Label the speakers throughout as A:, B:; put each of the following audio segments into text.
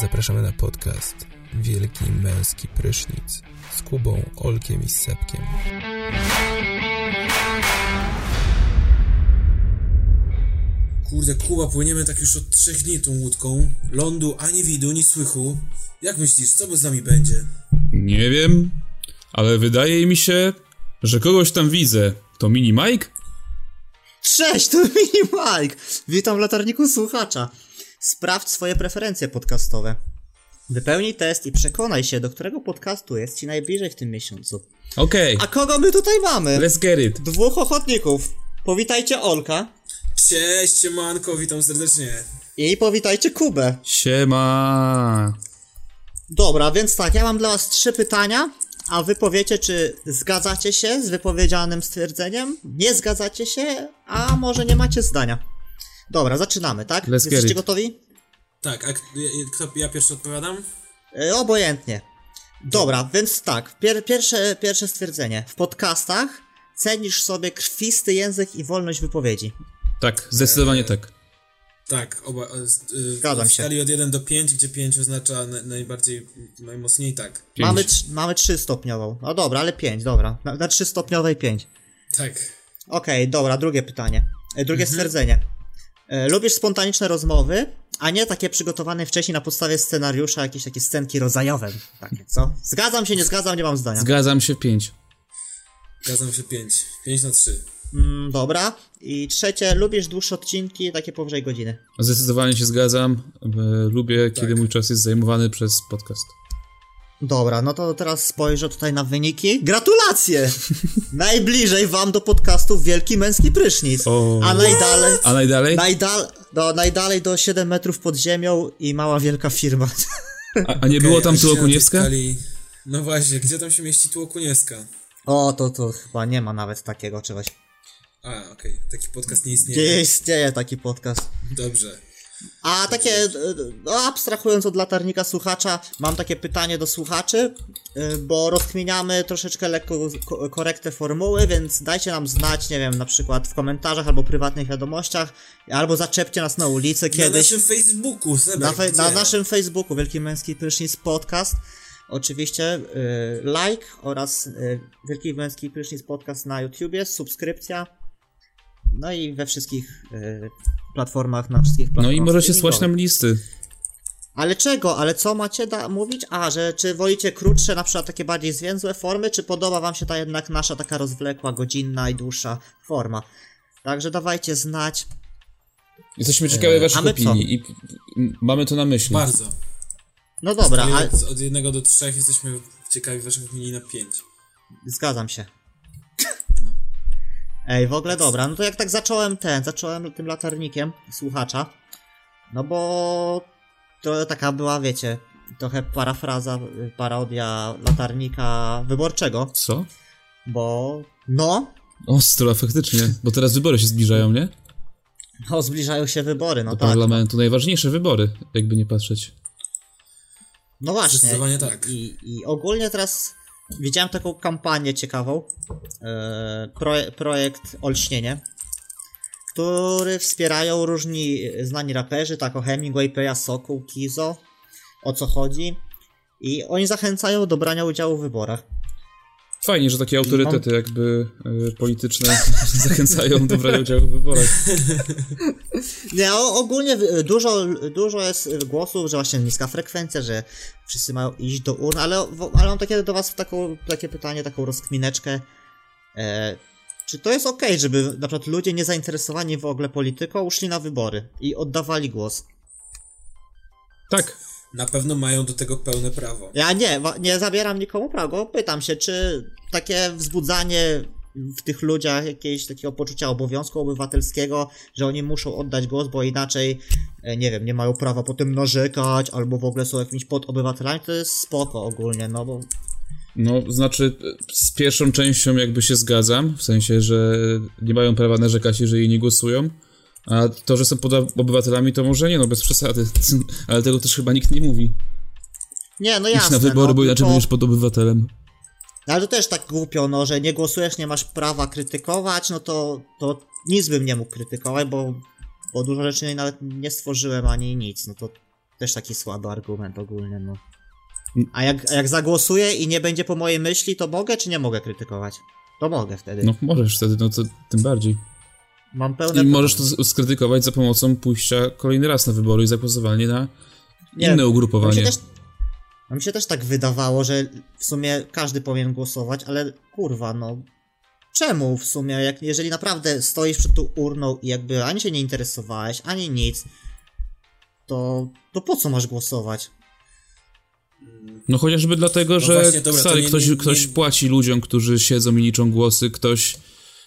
A: Zapraszamy na podcast Wielki Męski Prysznic z Kubą, Olkiem i Sepkiem.
B: Kurde, Kuba, płyniemy tak już od trzech dni tą łódką. Lądu ani widu, ni słychu. Jak myślisz, co by z nami będzie?
C: Nie wiem, ale wydaje mi się, że kogoś tam widzę. To Mini Mike?
D: Cześć, to Mini Mike! Witam w latarniku słuchacza. Sprawdź swoje preferencje podcastowe. Wypełnij test i przekonaj się, do którego podcastu jest ci najbliżej w tym miesiącu.
C: Okej,
D: A kogo my tutaj mamy?
C: let's get it.
D: Dwóch ochotników. Powitajcie Olka
B: Cześć, siemanko, witam serdecznie.
D: i powitajcie Kubę.
C: Siema.
D: Dobra, więc tak, ja mam dla was trzy pytania, a wy powiecie, czy zgadzacie się z wypowiedzianym stwierdzeniem, nie zgadzacie się, a może nie macie zdania. Dobra, zaczynamy, tak?
C: Let's get
D: Jesteście
C: it.
D: gotowi?
B: Tak, a k- ja- kto, ja pierwszy odpowiadam?
D: E, Obojętnie. Dobra, więc tak. Pier, pierwsze, pierwsze stwierdzenie. W podcastach cenisz sobie krwisty język i wolność wypowiedzi.
C: Tak, zdecydowanie tak.
B: Tak, oba. e, z- e,
D: Zgadzam
B: w
D: się.
B: skali od 1 do 5, gdzie 5 oznacza na, najbardziej, najmocniej tak.
C: Pięć.
D: Mamy, trz- mamy trzystopniową. No dobra, ale pięć, dobra. Na, na trzystopniowej pięć.
B: Tak.
D: Okej, dobra, drugie pytanie. E, Drugie stwierdzenie. E, lubisz spontaniczne rozmowy, a nie takie przygotowane wcześniej na podstawie scenariusza, jakieś takie scenki rodzajowe. Takie, co? Zgadzam się, nie zgadzam, nie mam zdania.
C: Zgadzam się, pięć.
B: Zgadzam się 5. 5 na 3.
D: Mm, dobra. I trzecie, lubisz dłuższe odcinki, takie powyżej godziny.
C: Zdecydowanie się zgadzam. E, Lubię,
D: Tak.
C: kiedy mój czas jest zajmowany przez podcast.
D: Dobra, no to teraz spojrzę tutaj na wyniki. Gratulacje! Najbliżej wam do podcastu Wielki Męski Prysznic.
C: O.
D: A najdalej...
C: A najdalej?
D: Najdal, do, najdalej do 7 metrów pod ziemią i mała wielka firma.
C: A, a nie było tam tu Okuniewska?
B: No właśnie, gdzie tam się mieści tu Okuniewska?
D: O, to, to chyba nie ma nawet takiego czegoś.
B: A, okej, taki podcast nie istnieje.
D: Gdzie istnieje taki podcast.
B: Dobrze.
D: A takie, e, no abstrahując od latarnika słuchacza, mam takie pytanie do słuchaczy, e, bo rozkminiamy troszeczkę lekko ko- korektę formuły, więc dajcie nam znać, nie wiem, na przykład w komentarzach albo prywatnych wiadomościach, albo zaczepcie nas na ulicy
B: No, Na
D: kiedyś,
B: naszym Facebooku, Sebek,
D: na, fe- na
B: gdzie?
D: naszym Facebooku, Wielki Męski Prysznic Podcast. Oczywiście e, like oraz e, Wielki Męski Prysznic Podcast na YouTubie, subskrypcja, no i we wszystkich e, platformach, na wszystkich
C: No
D: platformach.
C: i możecie słać
D: streamingowych.
C: nam listy.
D: Ale czego? Ale co macie da- mówić? A, że czy wolicie krótsze, na przykład takie bardziej zwięzłe formy, czy podoba wam się ta jednak nasza taka rozwlekła, godzinna i dłuższa forma? Także dawajcie znać.
C: Jesteśmy ciekawi
D: a
C: waszych
D: my co?
C: opinii i m, mamy to na myśli.
B: Bardzo.
D: No dobra,
B: Czyli
D: ale
B: od- Od jednego do trzech jesteśmy ciekawi waszych opinii na pięć.
D: zgadzam się. Ej, w ogóle dobra, no to jak tak zacząłem ten, zacząłem tym latarnikiem słuchacza, no bo to taka była, wiecie, trochę parafraza, y, parodia latarnika wyborczego,
C: Co?
D: bo no,
C: Ostro, faktycznie. Bo teraz wybory się zbliżają, nie?
D: no zbliżają się wybory, no
C: Do
D: tak.
C: parlamentu. Najważniejsze wybory, jakby nie patrzeć.
D: No właśnie.
B: Zdecydowanie tak.
D: I, I ogólnie teraz widziałem taką kampanię ciekawą. E, proje, projekt Olśnienie, który wspierają różni znani raperzy, tak o Hemingway, Peja Sokół, Kizo, o co chodzi. I oni zachęcają do brania udziału w wyborach.
C: Fajnie, że takie autorytety jakby y, polityczne zachęcają do brania udziału w wyborach.
D: Nie, o, ogólnie y, dużo, dużo jest y, głosów, że właśnie niska frekwencja, że wszyscy mają iść do urn, ale, w- ale mam takie do was taką, takie pytanie, taką rozkmineczkę. E, czy to jest okej, żeby na przykład ludzie niezainteresowani w ogóle polityką szli na wybory i oddawali głos?
C: Tak,
B: Na pewno mają do tego pełne prawo.
D: Ja nie, wa- nie zabieram nikomu prawa, pytam się, czy takie wzbudzanie w tych ludziach jakiegoś takiego poczucia obowiązku obywatelskiego, że oni muszą oddać głos, bo inaczej, e, nie wiem, nie mają prawa potem narzekać, albo w ogóle są jakimiś podobywatelami, to jest spoko ogólnie, no bo
C: no znaczy y, z pierwszą częścią jakby się zgadzam, w sensie, że nie mają prawa narzekać, jeżeli nie głosują. A to, że są pod obywatelami, to może nie, no bez przesady. Ale tego też chyba nikt nie mówi.
D: nie, no
C: Idź
D: jasne.
C: na wybory,
D: no,
C: bo inaczej
D: tylko-
C: będziesz pod obywatelem.
D: Ale to też tak głupio, no, że nie głosujesz, nie masz prawa krytykować, no to, to nic bym nie mógł krytykować, bo, bo dużo rzeczy nawet nie stworzyłem ani nic, no to Też taki słaby argument ogólny, no. A jak, a jak zagłosuję i nie będzie po mojej myśli, to mogę czy nie mogę krytykować? To mogę wtedy.
C: No możesz wtedy, no to tym bardziej.
D: Mam pełne.
C: I możesz to z- skrytykować za pomocą pójścia kolejny raz na wybory i zagłosowanie na inne
D: Nie, mi się
B: Znaczy
C: ugrupowanie.
D: też, no mi się też tak wydawało, że w sumie każdy powinien głosować, ale kurwa, no. Czemu w sumie, jak, jeżeli naprawdę stoisz przed tą urną i jakby ani się nie interesowałeś, ani nic, to, to po co masz głosować?
C: No chociażby dlatego, że
B: właśnie, dobra,
C: stary,
B: to nie-
C: ktoś,
B: nie- nie-
C: ktoś płaci ludziom, którzy siedzą i liczą głosy, ktoś,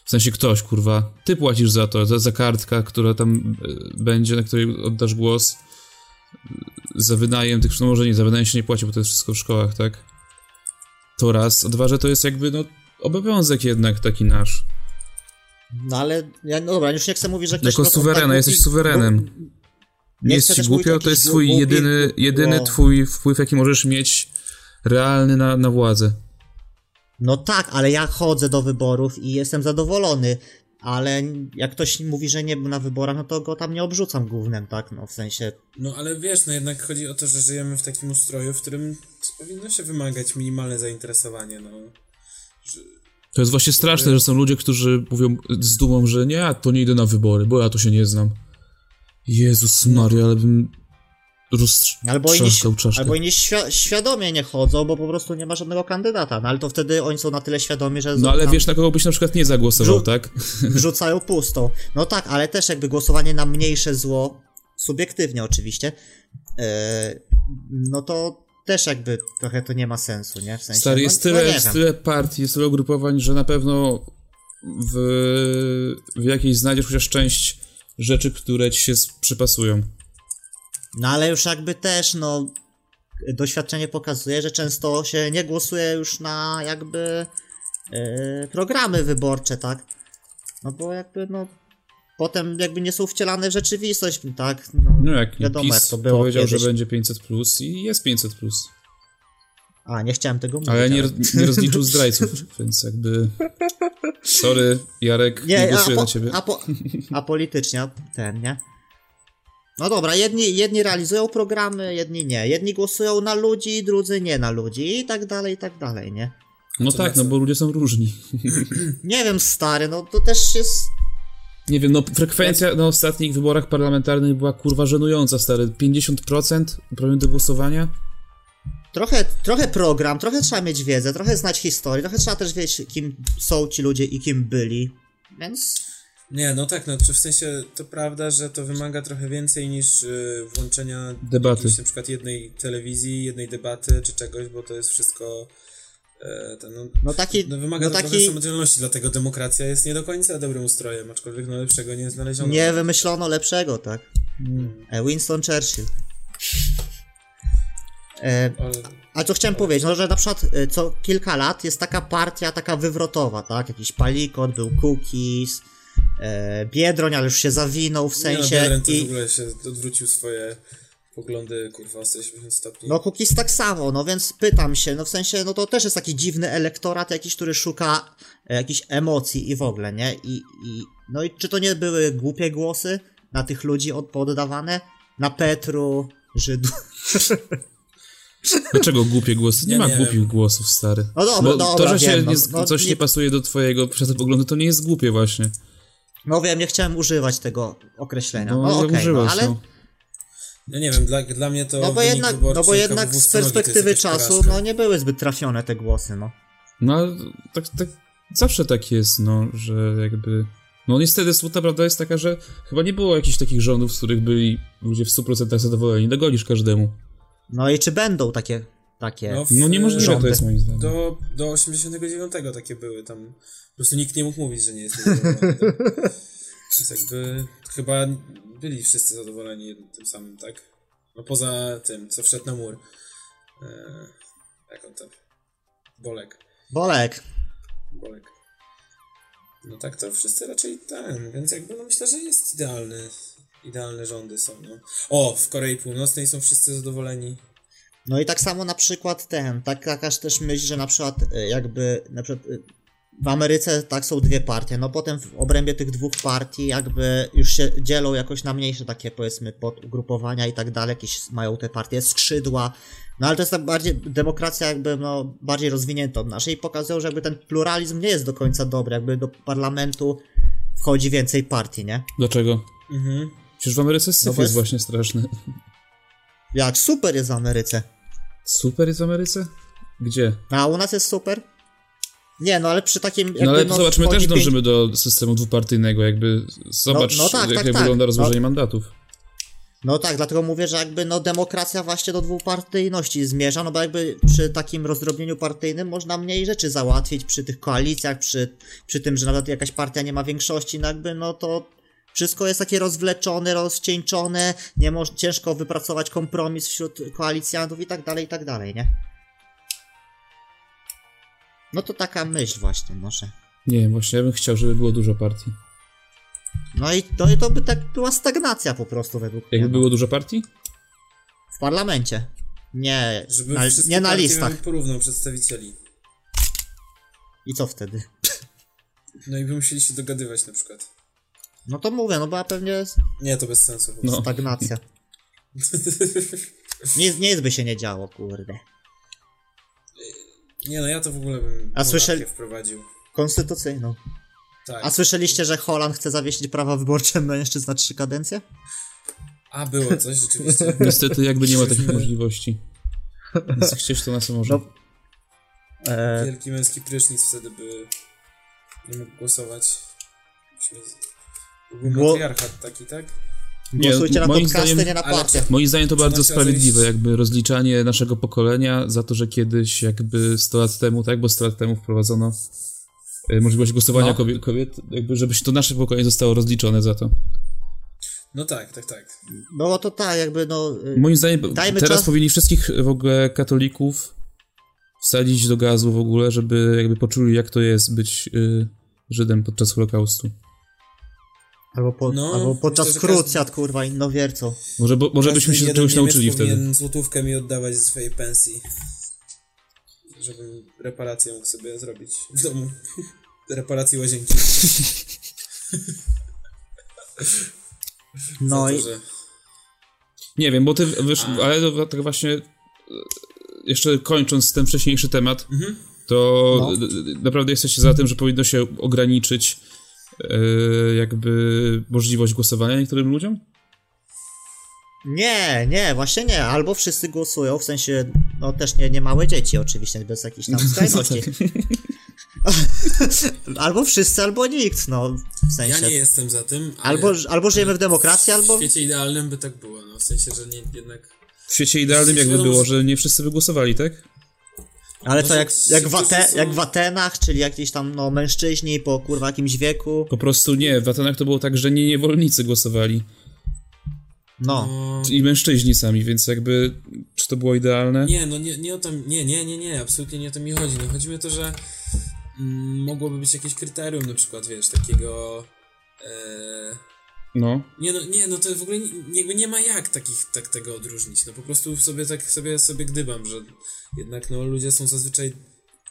C: w sensie ktoś, kurwa, ty płacisz za to, za, za kartka, która tam e, będzie, na której oddasz głos, e, za wynajem tych, no może nie, za wynajem się nie płaci, bo to jest wszystko w szkołach, tak? To raz, a dwa, że to jest jakby, no, obowiązek jednak taki nasz.
D: No ale, ja, no dobra, już nie chcę mówić, że ktoś...
C: Jako
D: no to
C: suwerena,
D: tak
C: jesteś
D: głupi-
C: suwerenem. Nie jest
D: chcę
C: ci
D: też mówić
C: głupio,
D: jakiś
C: to jest
D: głup-
C: twój
D: głupi-
C: jedyny, jedyny
D: No.
C: twój wpływ, jaki możesz mieć realny na, na władzę.
D: No tak, ale ja chodzę do wyborów i jestem zadowolony, ale jak ktoś mówi, że nie był na wyborach, no to go tam nie obrzucam gównem, tak? No w sensie,
B: No ale wiesz, no jednak chodzi o to, że żyjemy w takim ustroju, w którym powinno się wymagać minimalne zainteresowanie, no.
C: To jest właśnie straszne, że są ludzie, którzy mówią z dumą, że nie, ja to nie idę na wybory, bo ja to się nie znam. Jezus Maria, ale bym
D: albo inni,
C: roztrzaskał czaszkę.
D: albo inni świ- świadomie nie chodzą, bo po prostu nie ma żadnego kandydata, no ale to wtedy oni są na tyle świadomi, że
C: No ale
D: tam
C: wiesz, na kogo byś na przykład nie zagłosował,
D: Żu-
C: tak?
D: wrzucają pustą. No tak, ale też jakby głosowanie na mniejsze zło, subiektywnie oczywiście, yy, no to też jakby trochę to nie ma sensu, nie? W sensie,
C: Stary, jest
D: no,
C: tyle,
D: no nie
C: jest
D: wiem.
C: tyle partii, jest tyle ugrupowań, że na pewno w, w jakiejś znajdziesz chociaż część rzeczy, które ci się s- przypasują.
D: No ale już jakby też, no, doświadczenie pokazuje, że często się nie głosuje już na jakby e, programy wyborcze, tak? No bo jakby, no, potem jakby nie są wcielane w rzeczywistość, tak? No,
C: No jak
D: wiadomo,
C: PiS
D: jak to było
C: powiedział,
D: kiedyś.
C: że będzie 500 plus i jest 500 plus.
D: A, nie chciałem tego mówić.
C: Ale nie, nie rozliczył zdrajców, więc jakby. Sorry, Jarek, nie,
D: Nie, a,
C: głosuję
D: po,
C: na ciebie.
D: a, po, a politycznie, ten, nie? No dobra, jedni, jedni realizują programy, jedni nie. Jedni głosują na ludzi, drudzy nie na ludzi i tak dalej, i tak dalej, nie?
C: No tak, no bo ludzie są różni.
D: Nie wiem, stary, no to też jest...
C: Nie wiem, no frekwencja na ostatnich wyborach parlamentarnych była kurwa żenująca, stary. 50% uprawnień do głosowania.
D: Trochę, trochę program, trochę trzeba mieć wiedzę, trochę znać historię, trochę trzeba też wiedzieć, kim są ci ludzie i kim byli. Więc.
B: Nie, no tak, no czy w sensie to prawda, że to wymaga trochę więcej niż y, włączenia
C: Debaty.
B: jakiejś na przykład jednej telewizji, jednej debaty czy czegoś, bo to jest wszystko e, ten, no,
D: No taki.
B: no, wymaga
D: no
B: to
D: taki
B: trochę samodzielności, dlatego demokracja jest nie do końca dobrym ustrojem, aczkolwiek no lepszego nie znaleziono.
D: nie wymyślono lepszego, tak?
B: Hmm.
D: E, Winston Churchill. E,
B: Ale...
D: a co chciałem powiedzieć, no że na przykład e, co kilka lat jest taka partia taka wywrotowa, tak? Jakiś palikot, był Cookies, e, Biedroń, ale już się zawinął w
B: Nie, no,
D: sensie.
B: Biedroń to w
D: i...
B: ogóle się odwrócił swoje poglądy, kurwa, o 180 stopni.
D: No Kukiz tak samo, no więc pytam się, no w sensie, no to też jest taki dziwny elektorat jakiś, który szuka e, jakichś emocji i w ogóle, nie? I, i no i czy to nie były głupie głosy na tych ludzi od, poddawane? Na Petru, Żydów.
C: Dlaczego głupie głosy? Nie
B: Ja
C: ma
B: nie
C: głupich
B: wiem.
C: głosów, stary.
D: No dobra,
C: Bo
D: dobra,
C: to, że się
D: wiem, no,
C: nie,
D: no,
C: coś
D: nie-
C: nie... pasuje do twojego poglądu, to nie jest głupie właśnie.
D: No wiem, nie chciałem używać tego określenia.
C: No,
D: No, okej, no
C: używasz,
D: ale...
C: no.
B: Ja No nie wiem, dla, dla mnie to
D: No bo
B: wynik
D: jednak, no
B: wyborczy
D: bo jednak
B: KWW
D: z
B: stanowi, to jest
D: perspektywy
B: jakaś
D: czasu,
B: porażka.
D: no nie były zbyt trafione te głosy, no.
C: No, ale tak, tak, zawsze tak jest, no, że jakby... No niestety smutna prawda jest taka, że chyba nie było jakichś takich rządów, z których byli ludzie w 100% zadowoleni. Dogolisz każdemu.
D: No i czy będą takie, takie...
B: w-
C: No niemożliwe to
D: Rządy.
C: jest moim zdaniem.
B: Do, do 89 takie były tam. Po prostu nikt nie mógł mówić, że nie jest zadowolony. tak. Więc jakby chyba byli wszyscy zadowoleni jednym- tym samym, tak? No poza tym, co wszedł na mur. Eee, jak on tam? Bolek.
D: Bolek,
B: Bolek. No tak to wszyscy raczej ten, więc jakby no myślę, że jest idealny. Idealne rządy są, no. O, w Korei Północnej są wszyscy zadowoleni.
D: No i tak samo na przykład ten, tak, takaż też myśl, że na przykład e, jakby na przykład e, w Ameryce tak są dwie partie, no potem w obrębie tych dwóch partii jakby już się dzielą jakoś na mniejsze takie powiedzmy podugrupowania i tak dalej, jakieś mają te partie skrzydła, no ale to jest tak bardziej demokracja jakby no bardziej rozwinięta od naszej i pokazują, że jakby ten pluralizm nie jest do końca dobry, jakby do parlamentu wchodzi więcej partii, nie?
C: Dlaczego?
B: Mhm.
C: Przecież w Ameryce syf
D: No
C: jest
D: bo jest-
C: właśnie straszny.
D: Jak super jest w Ameryce,
C: Super jest w Ameryce? Gdzie?
D: a u nas jest super? Nie, no ale przy takim jakby,
C: No ale zobaczmy,
D: wchodzi
C: też
D: pięć-
C: dążymy do systemu dwupartyjnego, jakby zobacz,
D: no tak,
C: jak,
D: tak,
C: jak
D: tak.
C: wygląda
D: No.
C: rozłożenie mandatów.
D: No tak, dlatego mówię, że jakby no demokracja właśnie do dwupartyjności zmierza, no bo jakby przy takim rozdrobnieniu partyjnym można mniej rzeczy załatwić przy tych koalicjach, przy, przy tym, że nawet jakaś partia nie ma większości, no jakby no to wszystko jest takie rozwleczone, rozcieńczone, nie moż, ciężko wypracować kompromis wśród koalicjantów i tak dalej, i tak dalej, nie? No to taka myśl właśnie może.
C: Nie wiem, właśnie ja bym chciał, żeby było dużo partii.
D: No i to, to by tak była stagnacja po prostu według mnie.
C: Jakby
D: no.
C: było dużo partii?
D: W parlamencie. Nie,
B: Żeby
D: na,
B: wszystkie
D: nie na
B: partie
D: listach.
B: miały porówno przedstawicieli.
D: I co wtedy?
B: No i by musieli się dogadywać na przykład.
D: No to mówię, no była pewnie
B: Nie, to bez sensu. po
C: No.
B: prostu.
D: stagnacja. Nic, nic by się nie działo, kurde.
B: Nie no, ja to w ogóle bym monarchię
D: słyszeli-
B: wprowadził.
D: Konstytucyjną.
B: Tak.
D: A słyszeliście, że Holand chce zawiesić prawa wyborcze mężczyzn na trzy kadencje?
B: A było coś rzeczywiście.
C: Niestety jakby nie ma takich możliwości. Więc Chcieć to na co może.
D: No. E,
B: Wielki męski prysznic wtedy by nie mógł głosować. Musimy z- Byłby
D: Gło-
B: matriarchat taki, tak?
C: Nie,
D: głosujcie na
C: moim
D: podcasty,
C: zdaniem-
D: nie na
B: ale-
D: partię.
C: Moim zdaniem to bardzo
B: Znaczy, ale
C: sprawiedliwe,
B: jest-
C: jakby rozliczanie naszego pokolenia za to, że kiedyś jakby 100 lat temu, tak, bo 100 lat temu wprowadzono y, możliwość głosowania
B: No.
C: kobiet, kobiet, jakby żeby się to nasze pokolenie zostało rozliczone za to.
B: No tak, tak, tak.
D: No bo to tak, jakby no... y,
C: Moim zdaniem
D: Dajmy
C: teraz
D: czas-
C: powinni wszystkich w ogóle katolików wsadzić do gazu w ogóle, żeby jakby poczuli jak to jest być y, Żydem podczas Holokaustu.
D: Albo, po,
B: No,
D: albo podczas
B: myślę, że każdy-
D: krucjat, kurwa, innowiercą.
C: Może, bo, może
B: Każdy
C: byśmy się
B: jeden
C: czegoś
B: Niemiec
C: nauczyli
B: powinien
C: wtedy.
B: złotówkę mi oddawać ze swojej pensji. Żebym reparację mógł sobie zrobić w domu. Reparacji łazienki.
D: No
B: Za to,
D: i...
B: że-
C: Nie wiem, bo ty wysz... ale to tak właśnie e, jeszcze kończąc ten wcześniejszy temat,
B: Mhm.
C: to
D: No.
C: e, naprawdę jesteście za tym, że powinno się ograniczyć e, jakby możliwość głosowania niektórym ludziom?
D: Nie, nie, właśnie nie. Albo wszyscy głosują, w sensie, no też nie, nie małe dzieci oczywiście, bez jakichś tam skrajności. albo wszyscy, albo nikt, no, w
B: Ja
D: sensie.
B: nie jestem za tym. ale
D: albo, albo żyjemy w demokracji, albo...
B: W świecie idealnym by tak było, no w sensie, że nie, jednak.
C: W świecie idealnym jakby
B: Wiadomo,
C: było,
B: że-
C: że nie wszyscy by głosowali, tak?
D: Ale
B: No
D: co,
B: że
D: jak,
B: ci
D: jak, w
B: wszyscy
D: Ate,
B: są-
D: jak w Atenach, czyli jakieś tam, no, mężczyźni po, kurwa, jakimś wieku,
C: Po prostu nie, w Atenach to było tak, że nie niewolnicy głosowali
D: no.
B: No,
C: i mężczyźni sami, więc jakby czy to było idealne?
B: nie, no nie, nie o to. Nie, nie, nie, nie, absolutnie nie o to mi chodzi. No chodzi mi o to, że mm, mogłoby być jakieś kryterium, na przykład, wiesz, takiego. E,
C: No.
B: nie, no, nie, no to w ogóle nie, jakby nie ma jak takich, tak tego odróżnić. No po prostu sobie tak sobie, sobie gdybam, że jednak no ludzie są zazwyczaj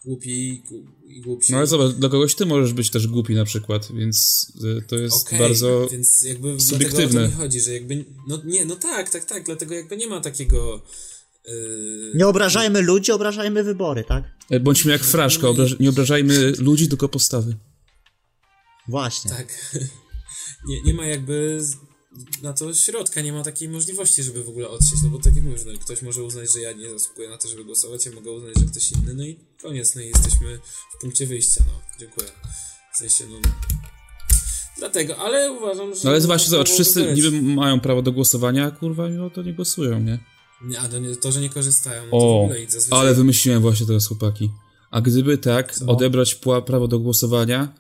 B: głupi i gu- i głupsi.
C: No ale zobacz, dla kogoś ty możesz być też głupi na przykład, więc y, to jest
B: Okej,
C: bardzo...
B: więc jakby
C: subiektywne.
B: dlatego o to mi chodzi, że jakby, no nie, no tak, tak, tak, dlatego jakby nie ma takiego yy,
D: Nie obrażajmy ludzi, obrażajmy wybory, tak?
C: E, Bądźmy jak fraszka, obraż- nie obrażajmy ludzi, tylko postawy.
D: Właśnie.
B: tak, nie, nie ma jakby z- na to środka, nie ma takiej możliwości, żeby w ogóle odsieć, no bo tak jak mówisz, no, ktoś może uznać, że ja nie zasługuję na to, żeby głosować, ja mogę uznać, że ktoś inny, no i koniec, no i jesteśmy w punkcie wyjścia, no, dziękuję. W sensie, no, dlatego, ale uważam, że...
C: No ale właśnie,
B: to
C: zobacz,
B: mogłoby
C: wszyscy
B: być.
C: niby mają prawo do głosowania, a kurwa mimo to nie głosują, nie?
B: Nie, a to, nie, to, że nie korzystają, no to w
C: O,
B: ogóle i zazwyczaj...
C: ale wymyśliłem właśnie teraz, chłopaki. A gdyby tak, odebrać pła- prawo do głosowania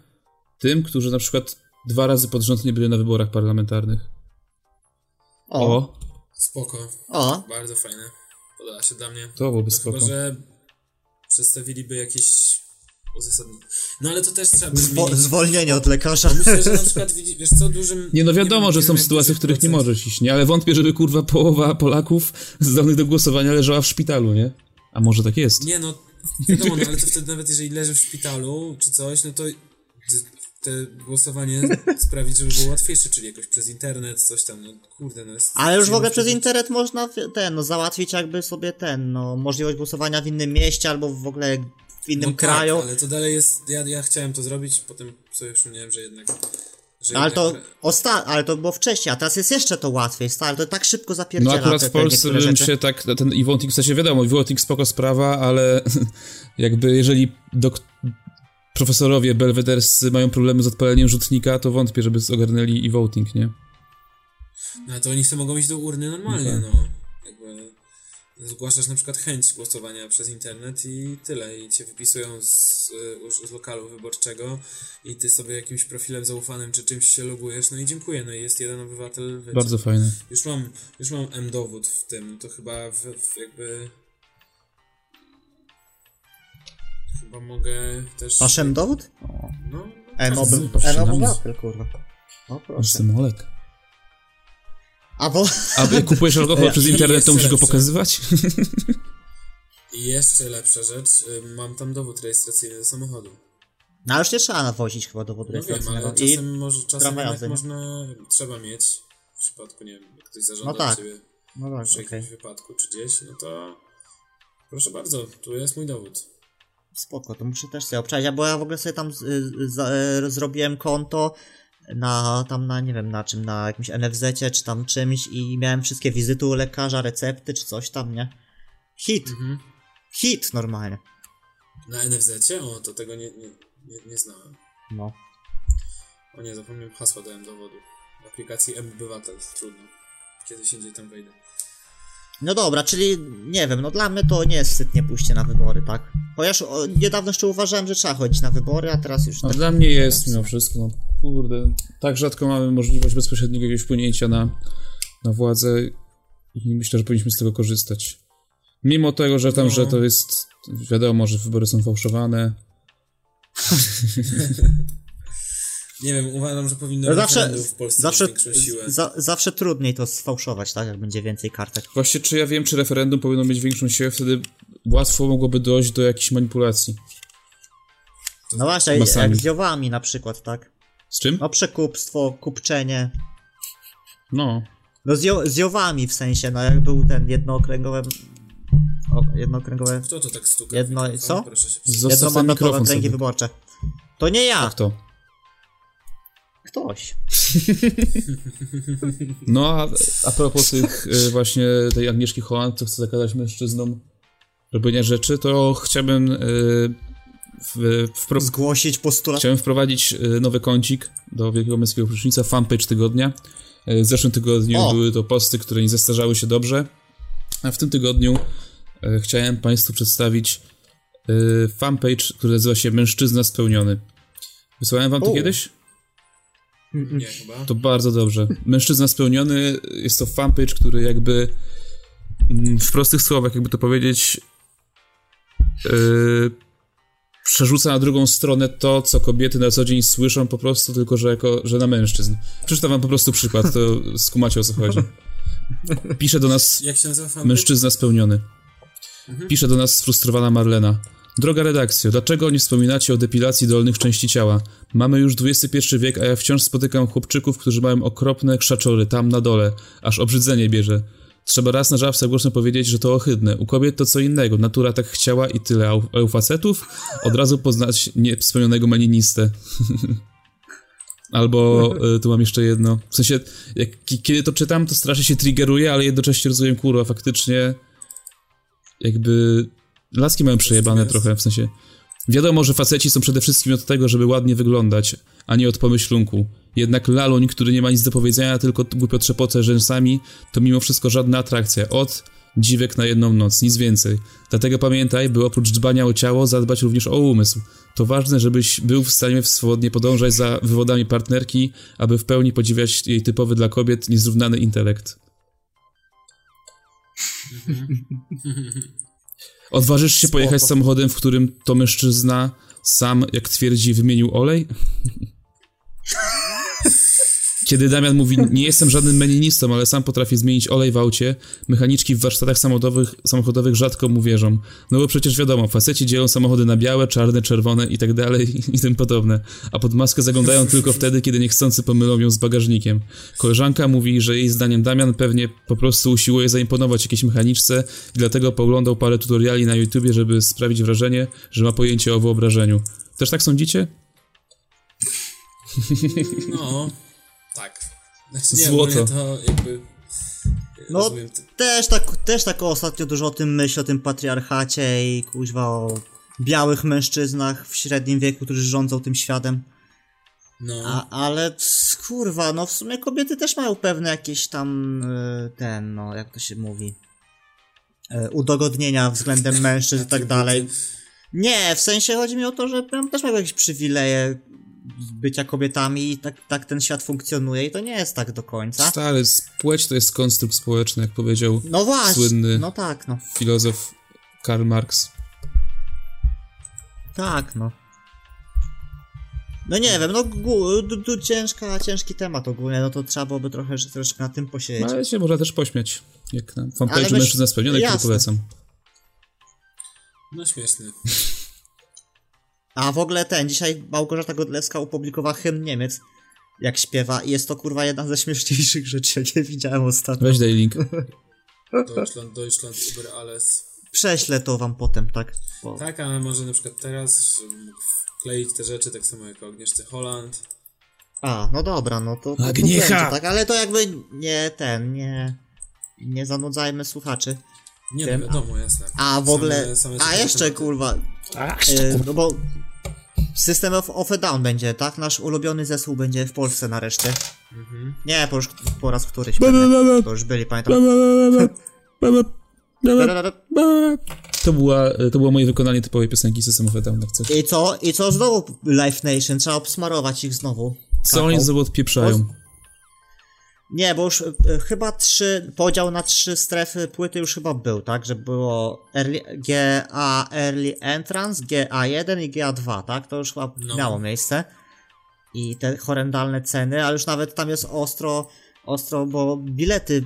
C: tym, którzy na przykład dwa razy pod rząd nie byli na wyborach parlamentarnych.
D: O, o.
C: O,
B: Spoko. Bardzo fajne. Podoba się dla mnie.
C: to byłoby
B: No
C: spoko.
B: Chyba, że przedstawiliby jakieś uzasadnienie. No ale to też trzeba by
D: Zwo-
B: zmienić.
D: zwolnienie od lekarza.
B: Myślę, że na przykład, widzi- wiesz co, dużym...
C: Nie no wiadomo,
B: wiem,
C: że
B: nie
C: są
B: wiem,
C: sytuacje,
B: jaki
C: w których nie
B: procent.
C: możesz iść, nie? Ale wątpię, żeby kurwa połowa Polaków zdolnych do głosowania leżała w szpitalu, nie? A może tak jest?
B: Nie no, Wiadomo, no, ale to wtedy nawet jeżeli leży w szpitalu czy coś, no to z- te głosowanie sprawić, żeby było łatwiejsze, czyli jakoś przez internet, coś tam, no kurde, no jest...
D: Ale już w ogóle
B: ciężko.
D: przez internet można w- ten, no, załatwić jakby sobie ten, no, możliwość głosowania w innym mieście albo w ogóle w innym
B: No tak,
D: kraju.
B: ale to dalej jest, ja, ja chciałem to zrobić, potem sobie przypomniałem, że jednak... Że
D: No, ale,
B: jednak-
D: to osta- ale to było wcześniej, a teraz jest jeszcze to łatwiej, stary, to tak szybko
C: No
D: zapierdziela
C: akurat
D: te,
C: w
D: te
C: Polsce
D: niektóre
C: bym
D: rzeczy.
C: się tak, ten Iwontik, w sensie wiadomo, Iwontik spoko sprawa, ale jakby jeżeli dok- profesorowie belwederscy mają problemy z odpaleniem rzutnika, to wątpię, żeby ogarnęli Iwontik, nie?
B: No to oni sobie mogą iść do urny normalnie,
C: Mhm.
B: no. Jakby zgłaszasz na przykład chęć głosowania przez internet i tyle. I cię wypisują z, y, już z lokalu wyborczego i ty sobie jakimś profilem zaufanym czy czymś się logujesz, no i dziękuję. No i jest jeden obywatel. Wiecie.
C: Bardzo fajne.
B: Już mam, już mam M-dowód w tym, to chyba w, w jakby... Chyba mogę też...
D: Masz M dowód?
B: No,
D: M
B: każdy-
D: oby-
C: patrz
D: M
C: na mnie.
D: obywatel, kurwa. O proszę.
C: Molek.
D: A bo...
C: A jak kupujesz alkohol przez internet, to musisz go pokazywać?
B: I jeszcze lepsza rzecz, y, mam tam dowód rejestracyjny do samochodu.
D: No już nie trzeba nawozić chyba dowodu
B: No wiem, ale
D: rejestracyjnego. I
B: czasem, może, czasem
D: tramwajem
B: jednak
D: zajmie.
B: można, trzeba mieć, w przypadku, nie wiem, jak ktoś zażąda
D: No tak.
B: od ciebie
D: No tak,
B: przy
D: okej.
B: jakimś wypadku czy gdzieś, no to proszę bardzo, tu jest mój dowód.
D: Spoko, to muszę też sobie obczaić, bo ja w ogóle sobie tam z, z, za- e, zrobiłem konto na tam na nie wiem na czym, na jakimś NFZ-cie czy tam czymś i miałem wszystkie wizyty u lekarza, recepty czy coś tam, nie? Hit,
B: Mhm.
D: hit normalnie.
B: Na NFZ-cie? O, to tego nie, nie, nie, nie znałem.
D: No.
B: O nie, zapomniałem hasła dałem dowodu. W aplikacji M-Bywatel, trudno. Kiedyś indziej tam wejdę.
D: No dobra, czyli nie wiem, no dla mnie to nie jest wstyd nie pójście na wybory, tak? Chociaż o, niedawno jeszcze uważałem, że trzeba chodzić na wybory, a teraz już
C: No,
D: tak.
C: dla mnie jest mimo wszystko. No, kurde, tak rzadko mamy możliwość bezpośredniego jakiegoś wpłynięcia na, na władzę i myślę, że powinniśmy z tego korzystać. Mimo tego, że tam,
B: No.
C: że to jest, wiadomo, że wybory są fałszowane.
B: Nie wiem, uważam, że powinno
D: No
B: no
D: zawsze,
B: w Polsce
D: zawsze,
B: mieć większą siłę.
D: za, zawsze trudniej to sfałszować, tak? Jak będzie więcej kartek.
C: Właśnie, czy ja wiem, czy referendum powinno mieć większą siłę, wtedy łatwo mogłoby dojść do jakichś manipulacji.
B: tak.
D: No właśnie,
C: Masami.
D: jak z dziowami na przykład, tak?
C: Z czym?
D: No przekupstwo, kupczenie.
C: No.
D: No z, jo- z jowami w sensie, no jak był ten jednookręgowe... O, jednookręgowe...
B: Kto to tak stuka?
D: Jedno-
B: Witam,
D: co?
B: Proszę się
C: Zostaw ten
D: Jednomandatowe
C: mikrofon
D: okręgi
C: sobie. Tak
D: wyborcze. To nie ja,
C: Kto?
D: ktoś.
C: No, a, a propos tych y, właśnie tej Agnieszki Holland, co chce zakazać mężczyznom robienia rzeczy, to chciałbym, y, w, wpro-
D: Zgłosić postulat.
C: chciałbym wprowadzić y, nowy kącik do Wielkiego Męskiego Prysznica, fanpage tygodnia. Y, w zeszłym tygodniu
D: O!
C: były to posty, które nie zestarzały się dobrze, a w tym tygodniu y, chciałem Państwu przedstawić y, fanpage, który nazywa się Mężczyzna Spełniony. Wysłałem Wam to
D: O!
C: kiedyś?
B: nie, chyba.
C: To bardzo dobrze. Mężczyzna spełniony jest to fanpage, który jakby mm, w prostych słowach, jakby to powiedzieć, yy, przerzuca na drugą stronę to, co kobiety na co dzień słyszą po prostu, tylko że, jako, że na mężczyzn. Przeczytam wam po prostu przykład, to skumacie o co chodzi. Pisze do nas
B: Jak się nazywa fanpage?
C: Mężczyzna spełniony. Pisze do nas sfrustrowana Marlena. Droga redakcja, dlaczego nie wspominacie o depilacji dolnych części ciała? Mamy już XXI wiek, a ja wciąż spotykam chłopczyków, którzy mają okropne krzaczory tam na dole. Aż obrzydzenie bierze. Trzeba raz na żawce głośno powiedzieć, że to ohydne. U kobiet to co innego, natura tak chciała i tyle, a u, a u facetów od razu poznać niewspomnianego meninistę. Albo y, tu mam jeszcze jedno. W sensie, jak, ki- kiedy to czytam, to strasznie się triggeruję, ale jednocześnie rozumiem, kurwa, faktycznie jakby laski mają przejebane
B: jest-
C: trochę, w sensie wiadomo, że faceci są przede wszystkim od tego, żeby ładnie wyglądać, a nie od pomyślunku. Jednak laluń, który nie ma nic do powiedzenia, tylko t- głupio trzepoce rzęsami, to mimo wszystko żadna atrakcja. Od dziwek na jedną noc, nic więcej. Dlatego pamiętaj, by oprócz dbania o ciało, zadbać również o umysł. To ważne, żebyś był w stanie swobodnie podążać za wywodami partnerki, aby w pełni podziwiać jej typowy dla kobiet niezrównany intelekt. Odważysz się pojechać samochodem, w którym to mężczyzna sam, jak twierdzi, wymienił olej? Kiedy Damian mówi, nie jestem żadnym meninistą, ale sam potrafię zmienić olej w aucie, mechaniczki w warsztatach samochodowych, samochodowych rzadko mu wierzą. No bo przecież wiadomo, faceci dzielą samochody na białe, czarne, czerwone i tak dalej i tym podobne. A pod maskę zaglądają tylko wtedy, kiedy niechcący pomylą ją z bagażnikiem. Koleżanka mówi, że jej zdaniem Damian pewnie po prostu usiłuje zaimponować jakiejś mechaniczce i dlatego poglądał parę tutoriali na YouTubie, żeby sprawić wrażenie, że ma pojęcie o wyobrażeniu. Też tak sądzicie?
B: No, tak. Znaczy,
C: Złoto.
B: ogólnie To jakby... e,
D: No.
B: Rozumiem, t-
D: Też tak, też tak ostatnio dużo o tym myślę, o tym patriarchacie i kuźwa o białych mężczyznach w średnim wieku, którzy rządzą tym światem.
B: no.
D: A, ale ps, kurwa, no w sumie kobiety też mają pewne jakieś tam y, ten, no jak to się mówi, y, udogodnienia względem mężczyzn i tak dalej. Nie, w sensie chodzi mi o to, że tam też mają jakieś przywileje bycia kobietami i tak, tak ten świat funkcjonuje i to nie jest tak do końca.
C: Stary, s- płeć to jest konstrukt społeczny, jak powiedział
D: No właśnie,
C: Słynny.
D: no tak, no.
C: filozof Karl Marx.
D: Tak, no. No nie wiem, no gu- d- d- ciężka, ciężki temat ogólnie, no to trzeba byłoby trochę, że- troszeczkę na tym posiedzieć.
C: Ale No, się można też pośmiać, jak na
D: Ale
C: fanpage'u
D: weź-
C: Mężczyzna Spełnionej, który
D: jasne.
C: polecam.
B: No śmieszny.
D: A w ogóle ten, dzisiaj Małgorzata Godlewska opublikowała hymn Niemiec, jak śpiewa i jest to kurwa jedna ze śmieszniejszych rzeczy, jakie widziałem ostatnio.
C: Weź daj link.
B: Deutschland, Deutschland, über alles.
D: Prześlę to wam potem, tak? Bo...
B: Tak, a może na przykład teraz, żebym mógł wkleić te rzeczy, tak samo jak o Agnieszce Holland.
D: A, no dobra, no to... to- to
C: Agniecha!
D: będzie, tak? Ale to jakby nie ten, nie... Nie zanudzajmy słuchaczy.
B: Nie
D: Wiem,
B: no, wiadomo, jasne.
D: A w
B: Same-
D: ogóle...
B: same
D: A
B: ciekawe
D: jeszcze
B: tematy.
D: kurwa... e, No bo... System of, of a Down będzie, tak? Nasz ulubiony zespół będzie w Polsce nareszcie.
B: Mhm.
D: Nie, po, już, po raz któryś. pewnie. To już byli, pamiętam.
C: To, była, e, to było moje wykonanie typowej piosenki System of a Down, jak coś.
D: I co? I co znowu Life Nation? Trzeba obsmarować ich znowu.
C: Co oni
D: Taką.
C: znowu odpieprzają?
D: Nie, bo już e, chyba trzy, podział na trzy strefy płyty już chyba był, tak? Że było early, GA Early Entrance, GA1 i GA2, tak? To już chyba
B: No.
D: miało miejsce. I te horrendalne ceny, ale już nawet tam jest ostro, ostro, bo bilety